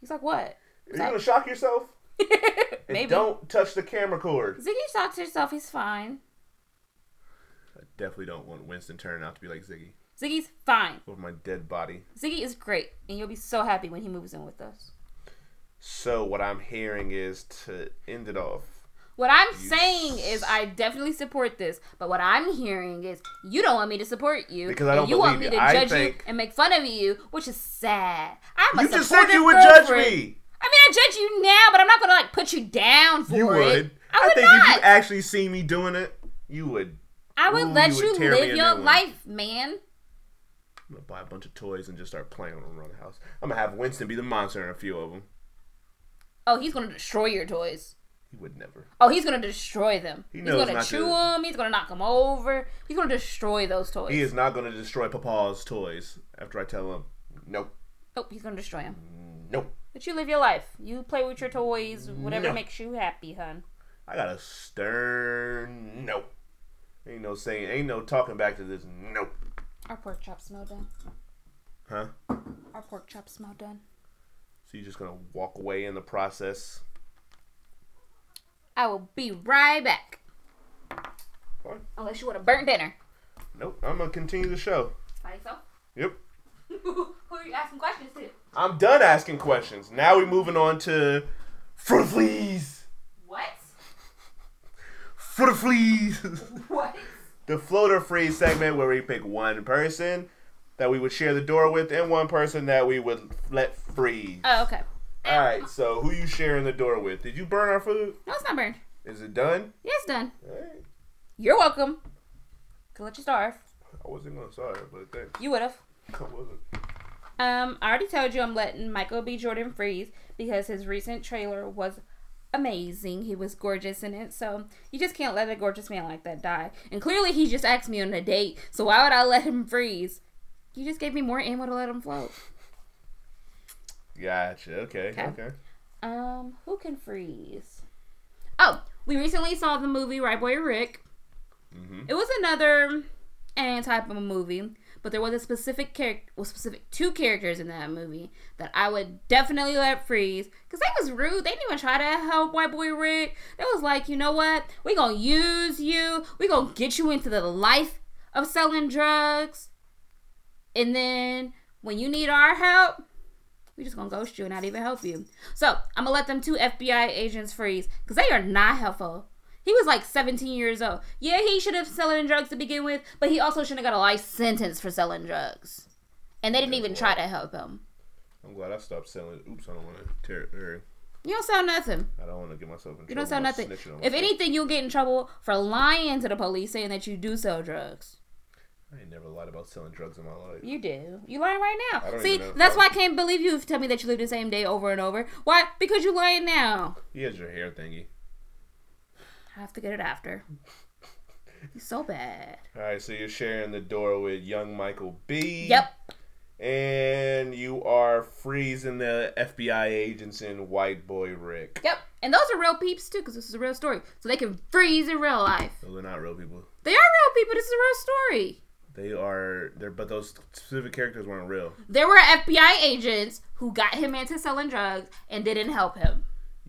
Speaker 3: He's like, what?
Speaker 2: are you gonna shock yourself? And
Speaker 3: Maybe.
Speaker 2: Don't touch the camera cord.
Speaker 3: Ziggy talks to himself. He's fine.
Speaker 2: I definitely don't want Winston turning out to be like Ziggy
Speaker 3: Ziggy's fine.
Speaker 2: with my dead body.
Speaker 3: Ziggy is great, and you'll be so happy when he moves in with us.
Speaker 2: So what I'm hearing is to end it off.
Speaker 3: What I'm saying is, I definitely support this, but what I'm hearing is, you don't want me to support you
Speaker 2: Because I
Speaker 3: and
Speaker 2: don't
Speaker 3: you want me
Speaker 2: believe
Speaker 3: to
Speaker 2: you. I
Speaker 3: judge you
Speaker 2: think-
Speaker 3: and make fun of you, which is sad. I'm a
Speaker 2: you just said you would
Speaker 3: supportive
Speaker 2: judge
Speaker 3: girlfriend.
Speaker 2: me.
Speaker 3: I mean, I judge you now, but I'm not gonna like put you down for
Speaker 2: You
Speaker 3: it.
Speaker 2: would.
Speaker 3: I would
Speaker 2: think
Speaker 3: not.
Speaker 2: if you actually see me doing it, you would.
Speaker 3: I would
Speaker 2: Ooh,
Speaker 3: let
Speaker 2: you would
Speaker 3: you
Speaker 2: tear me a
Speaker 3: live
Speaker 2: new
Speaker 3: your
Speaker 2: one.
Speaker 3: life, man.
Speaker 2: I'm gonna buy a bunch of toys and just start playing with them around the house. I'm gonna have Winston be the monster in a few of them.
Speaker 3: Oh, he's gonna destroy your toys.
Speaker 2: He would never.
Speaker 3: Oh, he's gonna destroy them.
Speaker 2: He
Speaker 3: he's
Speaker 2: knows
Speaker 3: gonna
Speaker 2: not
Speaker 3: chew
Speaker 2: to.
Speaker 3: them. He's gonna knock them over. He's gonna destroy those toys.
Speaker 2: He is not gonna destroy Papa's toys after I tell him nope,
Speaker 3: Nope, he's gonna destroy them.
Speaker 2: nope,
Speaker 3: But you live your life. You play with your toys, whatever
Speaker 2: No.
Speaker 3: makes you happy, hun.
Speaker 2: I got a stern no. Ain't no saying, ain't no talking back to this no.
Speaker 3: Our pork chops smell done.
Speaker 2: Huh?
Speaker 3: Our pork chops smell done.
Speaker 2: So you're just gonna walk away in the process.
Speaker 3: I will be right back.
Speaker 2: Fine.
Speaker 3: Unless you want to burn dinner.
Speaker 2: Nope. I'm gonna continue the show.
Speaker 3: By yourself?
Speaker 2: Yep.
Speaker 3: Who are you asking questions to?
Speaker 2: I'm done asking questions. Now we're moving on to fruit fleas.
Speaker 3: What?
Speaker 2: Fruit fleas.
Speaker 3: What?
Speaker 2: the floater phrase segment where we pick one person that we would share the door with and one person that we would let free.
Speaker 3: Oh, okay.
Speaker 2: All right, so who you sharing the door with? Did you burn our food?
Speaker 3: No, it's not burned.
Speaker 2: Is it done?
Speaker 3: Yeah, it's done.
Speaker 2: All right.
Speaker 3: You're welcome. Could let you starve.
Speaker 2: I wasn't gonna sorry, but thanks.
Speaker 3: You would have.
Speaker 2: I wasn't.
Speaker 3: Um, I already told you I'm letting Michael B. Jordan freeze because his recent trailer was amazing. He was gorgeous in it, so you just can't let a gorgeous man like that die. And clearly, he just asked me on a date, so why would I let him freeze? You just gave me more ammo to let him float.
Speaker 2: Gotcha. Okay. Okay.
Speaker 3: Okay. Um, who can freeze? Oh, we recently saw the movie Right Boy Rick.
Speaker 2: Mhm.
Speaker 3: It was another eh, type of a movie, but there was a specific character, well, specific two characters in that movie that I would definitely let freeze because they was rude. They didn't even try to help White Boy Rick. They was like, you know what? We gonna use you. We gonna get you into the life of selling drugs, and then when you need our help, we just gonna ghost you and not even help you. So I'm gonna let them two FBI agents freeze because they are not helpful. He was like 17 years old. Yeah, he should have selling drugs to begin with, but he also should have got a life sentence for selling drugs. And they didn't even try to help him.
Speaker 2: I'm glad I stopped selling. Oops, I don't want to tear. Or
Speaker 3: You don't sell nothing.
Speaker 2: I don't want to get myself in trouble.
Speaker 3: You don't sell
Speaker 2: by
Speaker 3: nothing.
Speaker 2: snitching on
Speaker 3: If
Speaker 2: myself.
Speaker 3: anything, you'll get in trouble for lying to the police saying that you do sell drugs.
Speaker 2: I ain't never lied about selling drugs in my life.
Speaker 3: You do. You lying right
Speaker 2: I
Speaker 3: now.
Speaker 2: don't
Speaker 3: See,
Speaker 2: even know.
Speaker 3: that's why I can't believe you tell me that you live the same day over and over. Why? Because you lying now.
Speaker 2: He has your hair thingy.
Speaker 3: I have to get it after. you so bad.
Speaker 2: All right, so you're sharing the door with young Michael B.
Speaker 3: Yep.
Speaker 2: And you are freezing the FBI agents in White Boy Rick.
Speaker 3: Yep. And those are real peeps too, because this is a real story. So they can freeze in real life.
Speaker 2: Those are not real people.
Speaker 3: They are real people. This is a real story.
Speaker 2: They are there, but those specific characters weren't real.
Speaker 3: There were FBI agents who got him into selling drugs and didn't help him.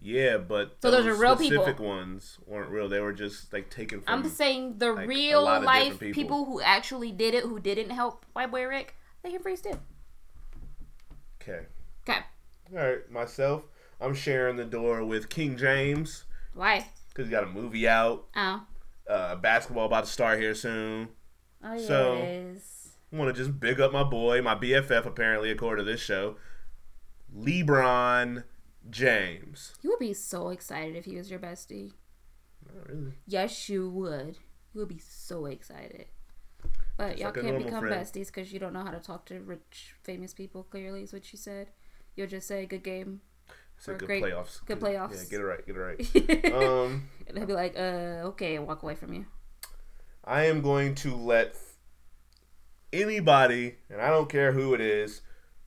Speaker 2: Yeah, but
Speaker 3: So those are real people.
Speaker 2: specific ones weren't real. They were just like taken from.
Speaker 3: I'm saying the
Speaker 2: Mm. like, a
Speaker 3: real
Speaker 2: lot of
Speaker 3: life
Speaker 2: different
Speaker 3: people.
Speaker 2: people.
Speaker 3: who actually did it, who didn't help White Boy Rick, they can freeze too.
Speaker 2: okay,
Speaker 3: Okay.
Speaker 2: all right. Myself, I'm sharing the door with King James
Speaker 3: Why?
Speaker 2: because he got a movie out.
Speaker 3: Oh.
Speaker 2: Uh, basketball about to start here soon.
Speaker 3: Oh, yes.
Speaker 2: So- I want to just big up my boy, my BFF apparently, according to this show, LeBron James.
Speaker 3: you would be so excited if he was your bestie.
Speaker 2: Not really.
Speaker 3: Yes, you would. You would be so excited. But y'all
Speaker 2: like a
Speaker 3: can't
Speaker 2: normal
Speaker 3: become
Speaker 2: friend.
Speaker 3: besties because you don't know how to talk to rich, famous people. Clearly, is what you said. You'll just say "good game,"
Speaker 2: It's a
Speaker 3: Or
Speaker 2: good
Speaker 3: great-
Speaker 2: playoffs.
Speaker 3: good
Speaker 2: Yeah,
Speaker 3: playoffs.
Speaker 2: get it right. Get it right.
Speaker 3: and
Speaker 2: um,
Speaker 3: they'll be like, "Uh, okay," and walk away from you.
Speaker 2: I am going to let anybody, and I don't care who it is,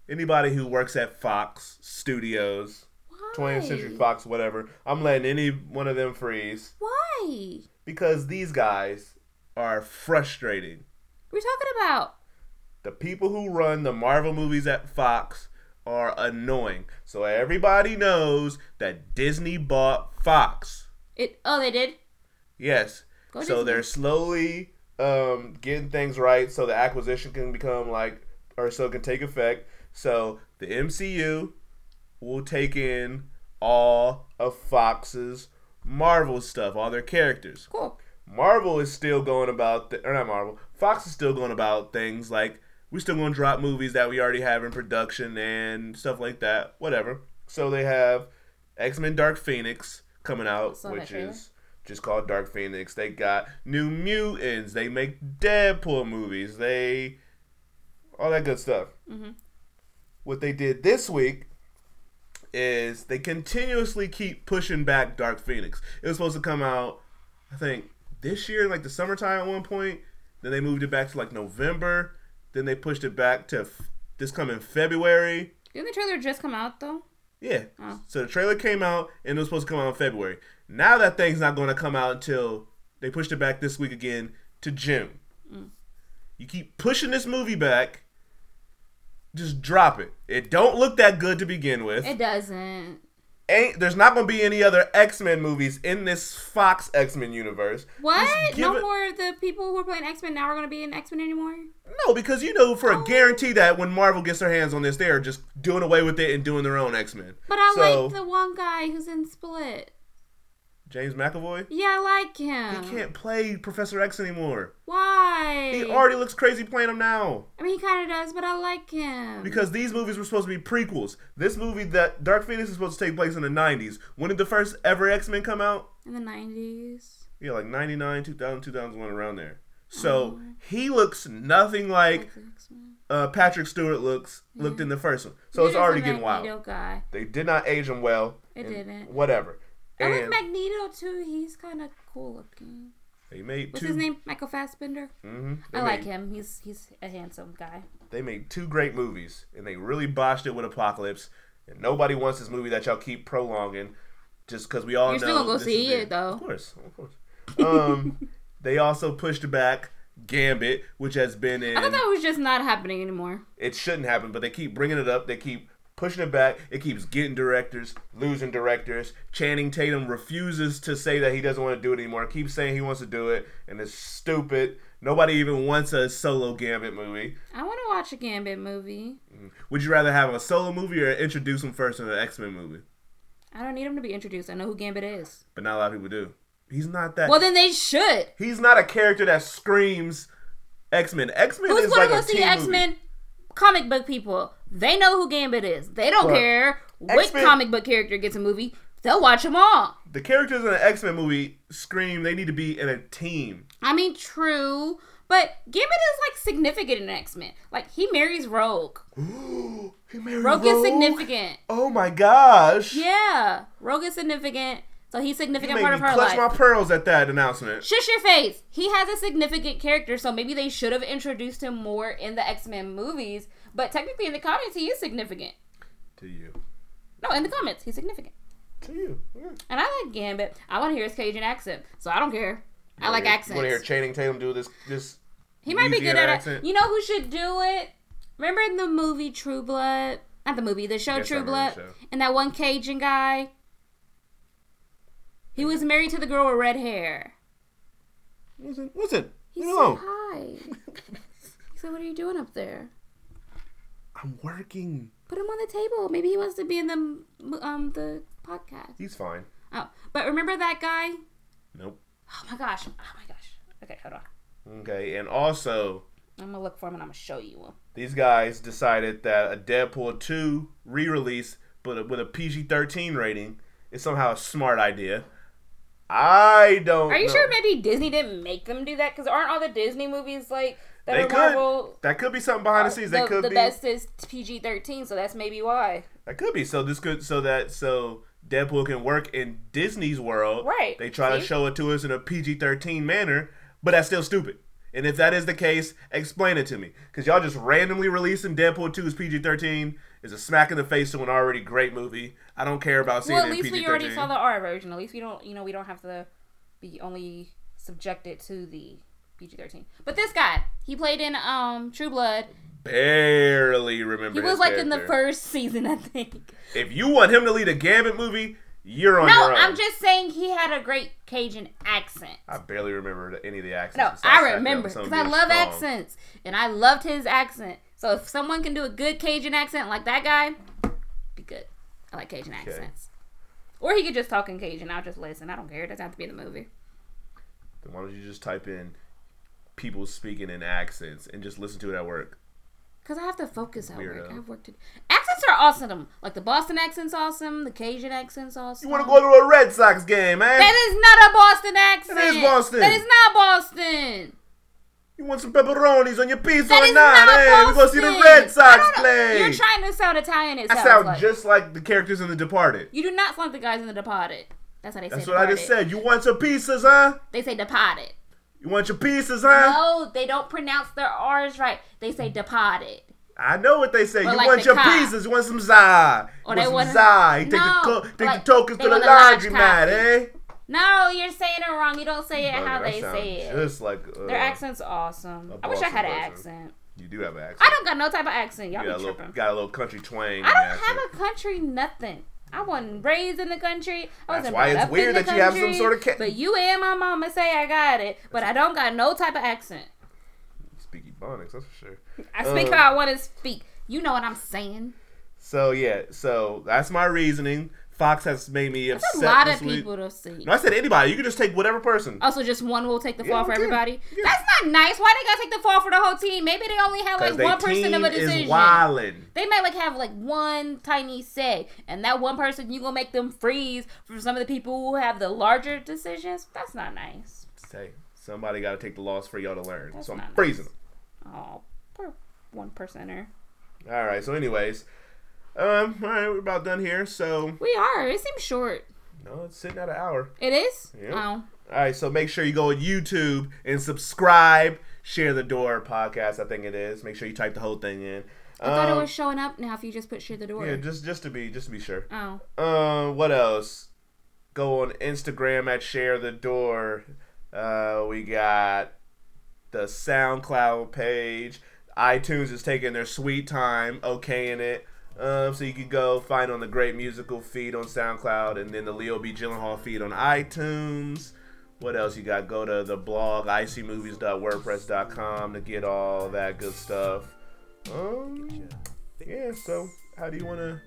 Speaker 2: anybody who works at Fox Studios, 20th Century Fox, whatever. I'm letting any one of them freeze
Speaker 3: Why?
Speaker 2: because these guys are frustrating.
Speaker 3: We're talking about
Speaker 2: The people who run the Marvel movies at Fox are annoying. So everybody knows that Disney bought Fox.
Speaker 3: it. Oh, they did.
Speaker 2: Yes.
Speaker 3: Go
Speaker 2: so
Speaker 3: Disney.
Speaker 2: they're slowly um, getting things right so the acquisition can become like, or so it can take effect. So the MCU will take in all of Fox's Marvel stuff, all their characters.
Speaker 3: Cool.
Speaker 2: Marvel is still going about, th- or not Marvel, Fox is still going about things like we're still going to drop movies that we already have in production and stuff like that, whatever. So they have X Men Dark Phoenix coming out,
Speaker 3: Saw that
Speaker 2: which
Speaker 3: trailer.
Speaker 2: is just called Dark Phoenix. They got New Mutants. They make Deadpool movies. They. all that good stuff.
Speaker 3: Mhm.
Speaker 2: What they did this week is they continuously keep pushing back Dark Phoenix. It was supposed to come out, I think, this year, like the summertime at one point. Then they moved it back to like November. Then they pushed it back to f- this coming February.
Speaker 3: Didn't the trailer just come out though?
Speaker 2: Yeah.
Speaker 3: Oh.
Speaker 2: So the trailer came out and it was supposed to come out in February. Now that thing's not going to come out until they pushed it back this week again to June. You keep pushing this movie back. Just drop it. It don't look that good to begin with.
Speaker 3: It doesn't.
Speaker 2: Ain't there's not going to be any other X Men movies in this Fox X Men universe.
Speaker 3: What?
Speaker 2: give
Speaker 3: No
Speaker 2: it-
Speaker 3: more of the people who are playing X Men now are going to be in X Men anymore?
Speaker 2: No, because you know
Speaker 3: Oh.
Speaker 2: for a guarantee that when Marvel gets their hands on this, they are just doing away with it and doing their own X Men.
Speaker 3: But I
Speaker 2: so,
Speaker 3: like the one guy who's in Split.
Speaker 2: James McAvoy.
Speaker 3: Yeah, I like him.
Speaker 2: He can't play Professor X anymore.
Speaker 3: Why?
Speaker 2: He already looks crazy playing him now
Speaker 3: I mean, he kind of does, but I like him.
Speaker 2: because these movies were supposed to be prequels. This movie that Dark Phoenix is supposed to take place in the '90s. When did the first ever X Men come out?
Speaker 3: in the 90s.
Speaker 2: Yeah, like '99, 2000, 2001, around there.
Speaker 3: Uh-huh.
Speaker 2: So he looks nothing like uh, Patrick Stewart looks looked in the first one. So it's already getting wild.
Speaker 3: Magneto guy.
Speaker 2: They did not age him well.
Speaker 3: It
Speaker 2: and
Speaker 3: didn't.
Speaker 2: Whatever.
Speaker 3: I like
Speaker 2: And
Speaker 3: Magneto too. He's kind of cool looking.
Speaker 2: they made
Speaker 3: What's
Speaker 2: two.
Speaker 3: his name? Michael Fassbender.
Speaker 2: hmm
Speaker 3: I like him. He's he's a handsome guy.
Speaker 2: They made two great movies, and they really botched it with Apocalypse. And nobody wants this movie that y'all keep prolonging, just because we all
Speaker 3: You're
Speaker 2: know.
Speaker 3: still gonna go
Speaker 2: this is
Speaker 3: see
Speaker 2: the-
Speaker 3: it, though.
Speaker 2: Of course, of course. Um, they also pushed back Gambit, which has been in.
Speaker 3: I thought that was just not happening anymore.
Speaker 2: it shouldn't happen, but they keep bringing it up. They keep pushing it back. It keeps getting directors, losing directors. Channing Tatum refuses to say that he doesn't want to do it anymore. Keeps saying he wants to do it, and it's stupid. Nobody even wants a solo Gambit movie.
Speaker 3: I want to watch a Gambit movie.
Speaker 2: Would you rather have a solo movie or introduce him first in an X Men movie?
Speaker 3: I don't need him to be introduced. I know who Gambit is.
Speaker 2: But not a lot of people do. He's not that.
Speaker 3: Well, then they should.
Speaker 2: he's not a character that screams X Men. X Men
Speaker 3: Who's
Speaker 2: is
Speaker 3: gonna
Speaker 2: like
Speaker 3: go
Speaker 2: a
Speaker 3: see
Speaker 2: teen
Speaker 3: X
Speaker 2: movie.
Speaker 3: Men? Comic book people. They know who Gambit is. They don't
Speaker 2: But
Speaker 3: care which
Speaker 2: X-Men-
Speaker 3: comic book character gets a movie. They'll watch them all.
Speaker 2: The characters in an X Men movie scream. They need to be in a team.
Speaker 3: I mean, true, but Gambit is like significant in X Men. Like he marries Rogue.
Speaker 2: He married
Speaker 3: Rogue is significant.
Speaker 2: Oh my gosh.
Speaker 3: Yeah, Rogue is significant. So he's
Speaker 2: You
Speaker 3: significant
Speaker 2: made
Speaker 3: part
Speaker 2: me
Speaker 3: of her
Speaker 2: clutch
Speaker 3: life.
Speaker 2: my pearls at that announcement.
Speaker 3: Shush your face. He has a significant character, so maybe they should have introduced him more in the X Men movies. But technically, in the comics, he is significant.
Speaker 2: To you.
Speaker 3: No, in the comics, he's significant.
Speaker 2: To you. Yeah.
Speaker 3: And I like Gambit. I want to hear his Cajun accent, so I don't care. I like
Speaker 2: You want to hear
Speaker 3: accents.
Speaker 2: Channing Tatum do this? This.
Speaker 3: He might be good
Speaker 2: Louisiana
Speaker 3: at it.
Speaker 2: accent?
Speaker 3: You know who should do it? Remember in the movie True Blood? Not the movie, the show
Speaker 2: Yes, I
Speaker 3: True
Speaker 2: remember
Speaker 3: Blood,
Speaker 2: the show.
Speaker 3: and that one Cajun guy. He was married to the girl with red hair.
Speaker 2: Listen, listen.
Speaker 3: He
Speaker 2: Leave me
Speaker 3: said
Speaker 2: alone.
Speaker 3: hi. he said, "What are you doing up there?
Speaker 2: I'm working.
Speaker 3: Put him on the table. Maybe he wants to be in the m- um the podcast."
Speaker 2: He's fine.
Speaker 3: Oh, but remember that guy?
Speaker 2: Nope.
Speaker 3: Oh my gosh! Oh my gosh! Okay, hold on.
Speaker 2: Okay, and also
Speaker 3: I'm gonna look for him and I'm gonna show you him.
Speaker 2: these guys decided that a Deadpool 2 re-release but with a PG-13 rating is somehow a smart idea. I don't
Speaker 3: Are you
Speaker 2: know.
Speaker 3: sure maybe Disney didn't make them do that? Because aren't all the Disney movies like that
Speaker 2: They
Speaker 3: are
Speaker 2: could.
Speaker 3: Marvel? Uh,
Speaker 2: That could be something behind the scenes.
Speaker 3: the,
Speaker 2: that could
Speaker 3: the
Speaker 2: be
Speaker 3: best is PG thirteen, so that's maybe why.
Speaker 2: That could be. So this could so that so Deadpool can work in Disney's world.
Speaker 3: Right.
Speaker 2: They try to
Speaker 3: See?
Speaker 2: show it to us in a PG thirteen manner, but that's still stupid. And if that is the case, explain it to me. Cause y'all just randomly releasing Deadpool 2 as PG thirteen is a smack in the face to an already great movie. I don't care about seeing
Speaker 3: well,
Speaker 2: it
Speaker 3: at
Speaker 2: in
Speaker 3: least
Speaker 2: PG
Speaker 3: we already saw
Speaker 2: thirteen.
Speaker 3: the R version. At least we don't, you know, we don't have to be only subjected to the PG thirteen. But this guy, he played in um True Blood.
Speaker 2: Barely remember.
Speaker 3: He
Speaker 2: his
Speaker 3: was like in the
Speaker 2: character.
Speaker 3: first season, I think.
Speaker 2: If you want him to lead a Gambit movie, you're on
Speaker 3: No,
Speaker 2: your own.
Speaker 3: I'm just saying he had a great Cajun accent.
Speaker 2: I barely remember any of the accents.
Speaker 3: No,
Speaker 2: besides the fact that
Speaker 3: I
Speaker 2: it
Speaker 3: remember
Speaker 2: was
Speaker 3: because
Speaker 2: something
Speaker 3: I
Speaker 2: being
Speaker 3: love
Speaker 2: strong.
Speaker 3: accents, and I loved his accent. So if someone can do a good Cajun accent like that guy, be good. I like Cajun accents. Or he could just talk in Cajun. I'll just listen. I don't care. It doesn't have to be in the movie.
Speaker 2: Then why don't you just type in people speaking in accents and just listen to it at work?
Speaker 3: Cause I have to focus at work.
Speaker 2: Weirdo.
Speaker 3: I have work to do. Accents are awesome. Like the Boston accent's awesome. The Cajun accent's awesome.
Speaker 2: You want to go to a Red Sox game, man?
Speaker 3: Oh. That is not a Boston accent.
Speaker 2: is Boston.
Speaker 3: That is not Boston.
Speaker 2: you want some pepperonis on your pizza
Speaker 3: That
Speaker 2: or
Speaker 3: is
Speaker 2: not,
Speaker 3: not
Speaker 2: man? We
Speaker 3: Boston.
Speaker 2: gonna see the Red
Speaker 3: I
Speaker 2: Sox
Speaker 3: don't know-
Speaker 2: play.
Speaker 3: You're trying to sound Italian. It
Speaker 2: I
Speaker 3: sounds
Speaker 2: sound
Speaker 3: like.
Speaker 2: just like the characters in The Departed.
Speaker 3: You do not sound like the guys in the Departed. That's how they say.
Speaker 2: That's what
Speaker 3: departed.
Speaker 2: I just said. You want some pizzas, huh?
Speaker 3: They say departed.
Speaker 2: You want your pizzas, huh?
Speaker 3: No, they don't pronounce their R's right. They say departed.
Speaker 2: I know what they say.
Speaker 3: Or
Speaker 2: you
Speaker 3: like
Speaker 2: want
Speaker 3: the
Speaker 2: your
Speaker 3: cop.
Speaker 2: pizzas, you want some za, you
Speaker 3: Or
Speaker 2: want
Speaker 3: they
Speaker 2: some
Speaker 3: want-
Speaker 2: za. You take
Speaker 3: No,
Speaker 2: the co- take
Speaker 3: like,
Speaker 2: the tokens
Speaker 3: they
Speaker 2: to the
Speaker 3: want a large
Speaker 2: laundry mat,
Speaker 3: copy.
Speaker 2: eh?
Speaker 3: No, you're saying it wrong. You don't say it
Speaker 2: Brother,
Speaker 3: how
Speaker 2: that
Speaker 3: they
Speaker 2: sound
Speaker 3: say it.
Speaker 2: Just like uh,
Speaker 3: Their accent's awesome.
Speaker 2: a
Speaker 3: I wish I
Speaker 2: Boston
Speaker 3: had an
Speaker 2: person.
Speaker 3: accent.
Speaker 2: You do have an accent.
Speaker 3: I don't got no type of accent. Y'all
Speaker 2: you got a
Speaker 3: be
Speaker 2: little
Speaker 3: tripping.
Speaker 2: got a little country twang.
Speaker 3: I don't have a country nothing. I wasn't raised in the country. I
Speaker 2: That's
Speaker 3: wasn't
Speaker 2: why
Speaker 3: brought
Speaker 2: it's
Speaker 3: up in
Speaker 2: weird
Speaker 3: the
Speaker 2: that you have some
Speaker 3: country.
Speaker 2: sort of ca-
Speaker 3: But you and my mama say I got it, but I don't got no type of accent.
Speaker 2: speak Ebonics, that's for sure.
Speaker 3: I speak
Speaker 2: Uh,
Speaker 3: how I want to speak. You know what I'm saying?
Speaker 2: So yeah, so that's my reasoning. Fox has made me
Speaker 3: There's
Speaker 2: upset.
Speaker 3: a lot
Speaker 2: this
Speaker 3: of
Speaker 2: week.
Speaker 3: people Oh, to see.
Speaker 2: No, I said anybody. You can just take whatever person.
Speaker 3: Also, just one will take the fall for
Speaker 2: okay.
Speaker 3: everybody.
Speaker 2: Yeah.
Speaker 3: That's not nice. Why they gotta take the fall for the whole team? Maybe they only had like
Speaker 2: Because
Speaker 3: one
Speaker 2: they
Speaker 3: person
Speaker 2: team
Speaker 3: of a decision.
Speaker 2: is wildin'.
Speaker 3: They might like have like one tiny say, and that one person you gonna make them freeze from some of the people who have the larger decisions. That's not nice.
Speaker 2: Hey, somebody got to take the loss for y'all to learn.
Speaker 3: That's
Speaker 2: so I'm
Speaker 3: not nice.
Speaker 2: freezing them.
Speaker 3: Oh, poor one percenter.
Speaker 2: All right. So, anyways, um, all right, we're about done here. So,
Speaker 3: We are. It seems short.
Speaker 2: no, it's sitting at an hour.
Speaker 3: It is.
Speaker 2: Yeah.
Speaker 3: Oh,
Speaker 2: All right. So make sure you go on YouTube and subscribe. Share the door podcast. I think it is. Make sure you type the whole thing in.
Speaker 3: I thought it
Speaker 2: Um,
Speaker 3: was showing up now. If you just put shit the door.
Speaker 2: yeah, just just to be just to be sure.
Speaker 3: oh,
Speaker 2: Um, what else? Go on Instagram at share the door. Uh, we got the SoundCloud page. iTunes is taking their sweet time okaying it. Um, so you can go find on the Great Musical feed on SoundCloud, and then the Leo B. Gyllenhaal feed on iTunes. What else you got? Go to the blog icymovies.wordpress.com to get all that good stuff. Um, yeah, so how do you want to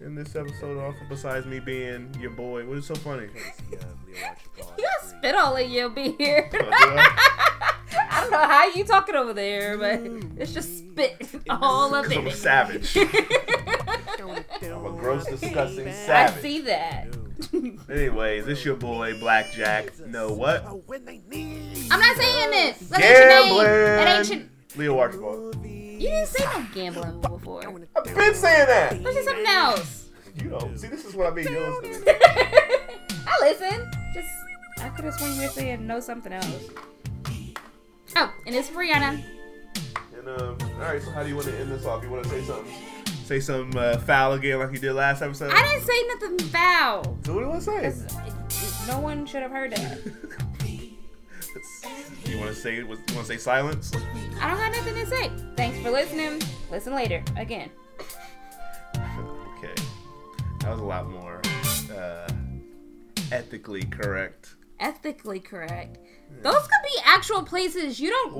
Speaker 2: end this episode off besides me being your boy? What is so funny?
Speaker 3: you got spit all in your beard.
Speaker 2: Because
Speaker 3: I don't know how you talking over there, but
Speaker 2: Mm.
Speaker 3: it's just spit all up in
Speaker 2: I'm a
Speaker 3: it.
Speaker 2: savage.
Speaker 1: I'm
Speaker 2: I'm a gross, disgusting
Speaker 3: I
Speaker 2: savage.
Speaker 3: see that.
Speaker 2: Anyways, it's your boy, Blackjack. Know what?
Speaker 1: When they need
Speaker 3: I'm not saying this. That ain't your name. That ain't your.
Speaker 2: Leo Archibald.
Speaker 3: You didn't say no gambling before.
Speaker 2: I've been saying that.
Speaker 3: Let's say something else.
Speaker 2: You know, see, this is what I mean. You don't listen to me.
Speaker 3: I listen. Just I could have sworn you were saying no something else. Oh, and it's Brianna.
Speaker 2: And um, all right. So how do you want to end this off? You want to say something? Say something uh, foul again, like you did last episode.
Speaker 3: I didn't say nothing foul.
Speaker 2: So what do you want to say?
Speaker 3: No one should have heard that.
Speaker 2: you want to say? what- You want to say silence?
Speaker 3: I don't have nothing to say. Thanks for listening. Listen later again.
Speaker 2: Okay. That was a lot more uh, ethically correct.
Speaker 3: Ethically correct. Those could be actual places you don't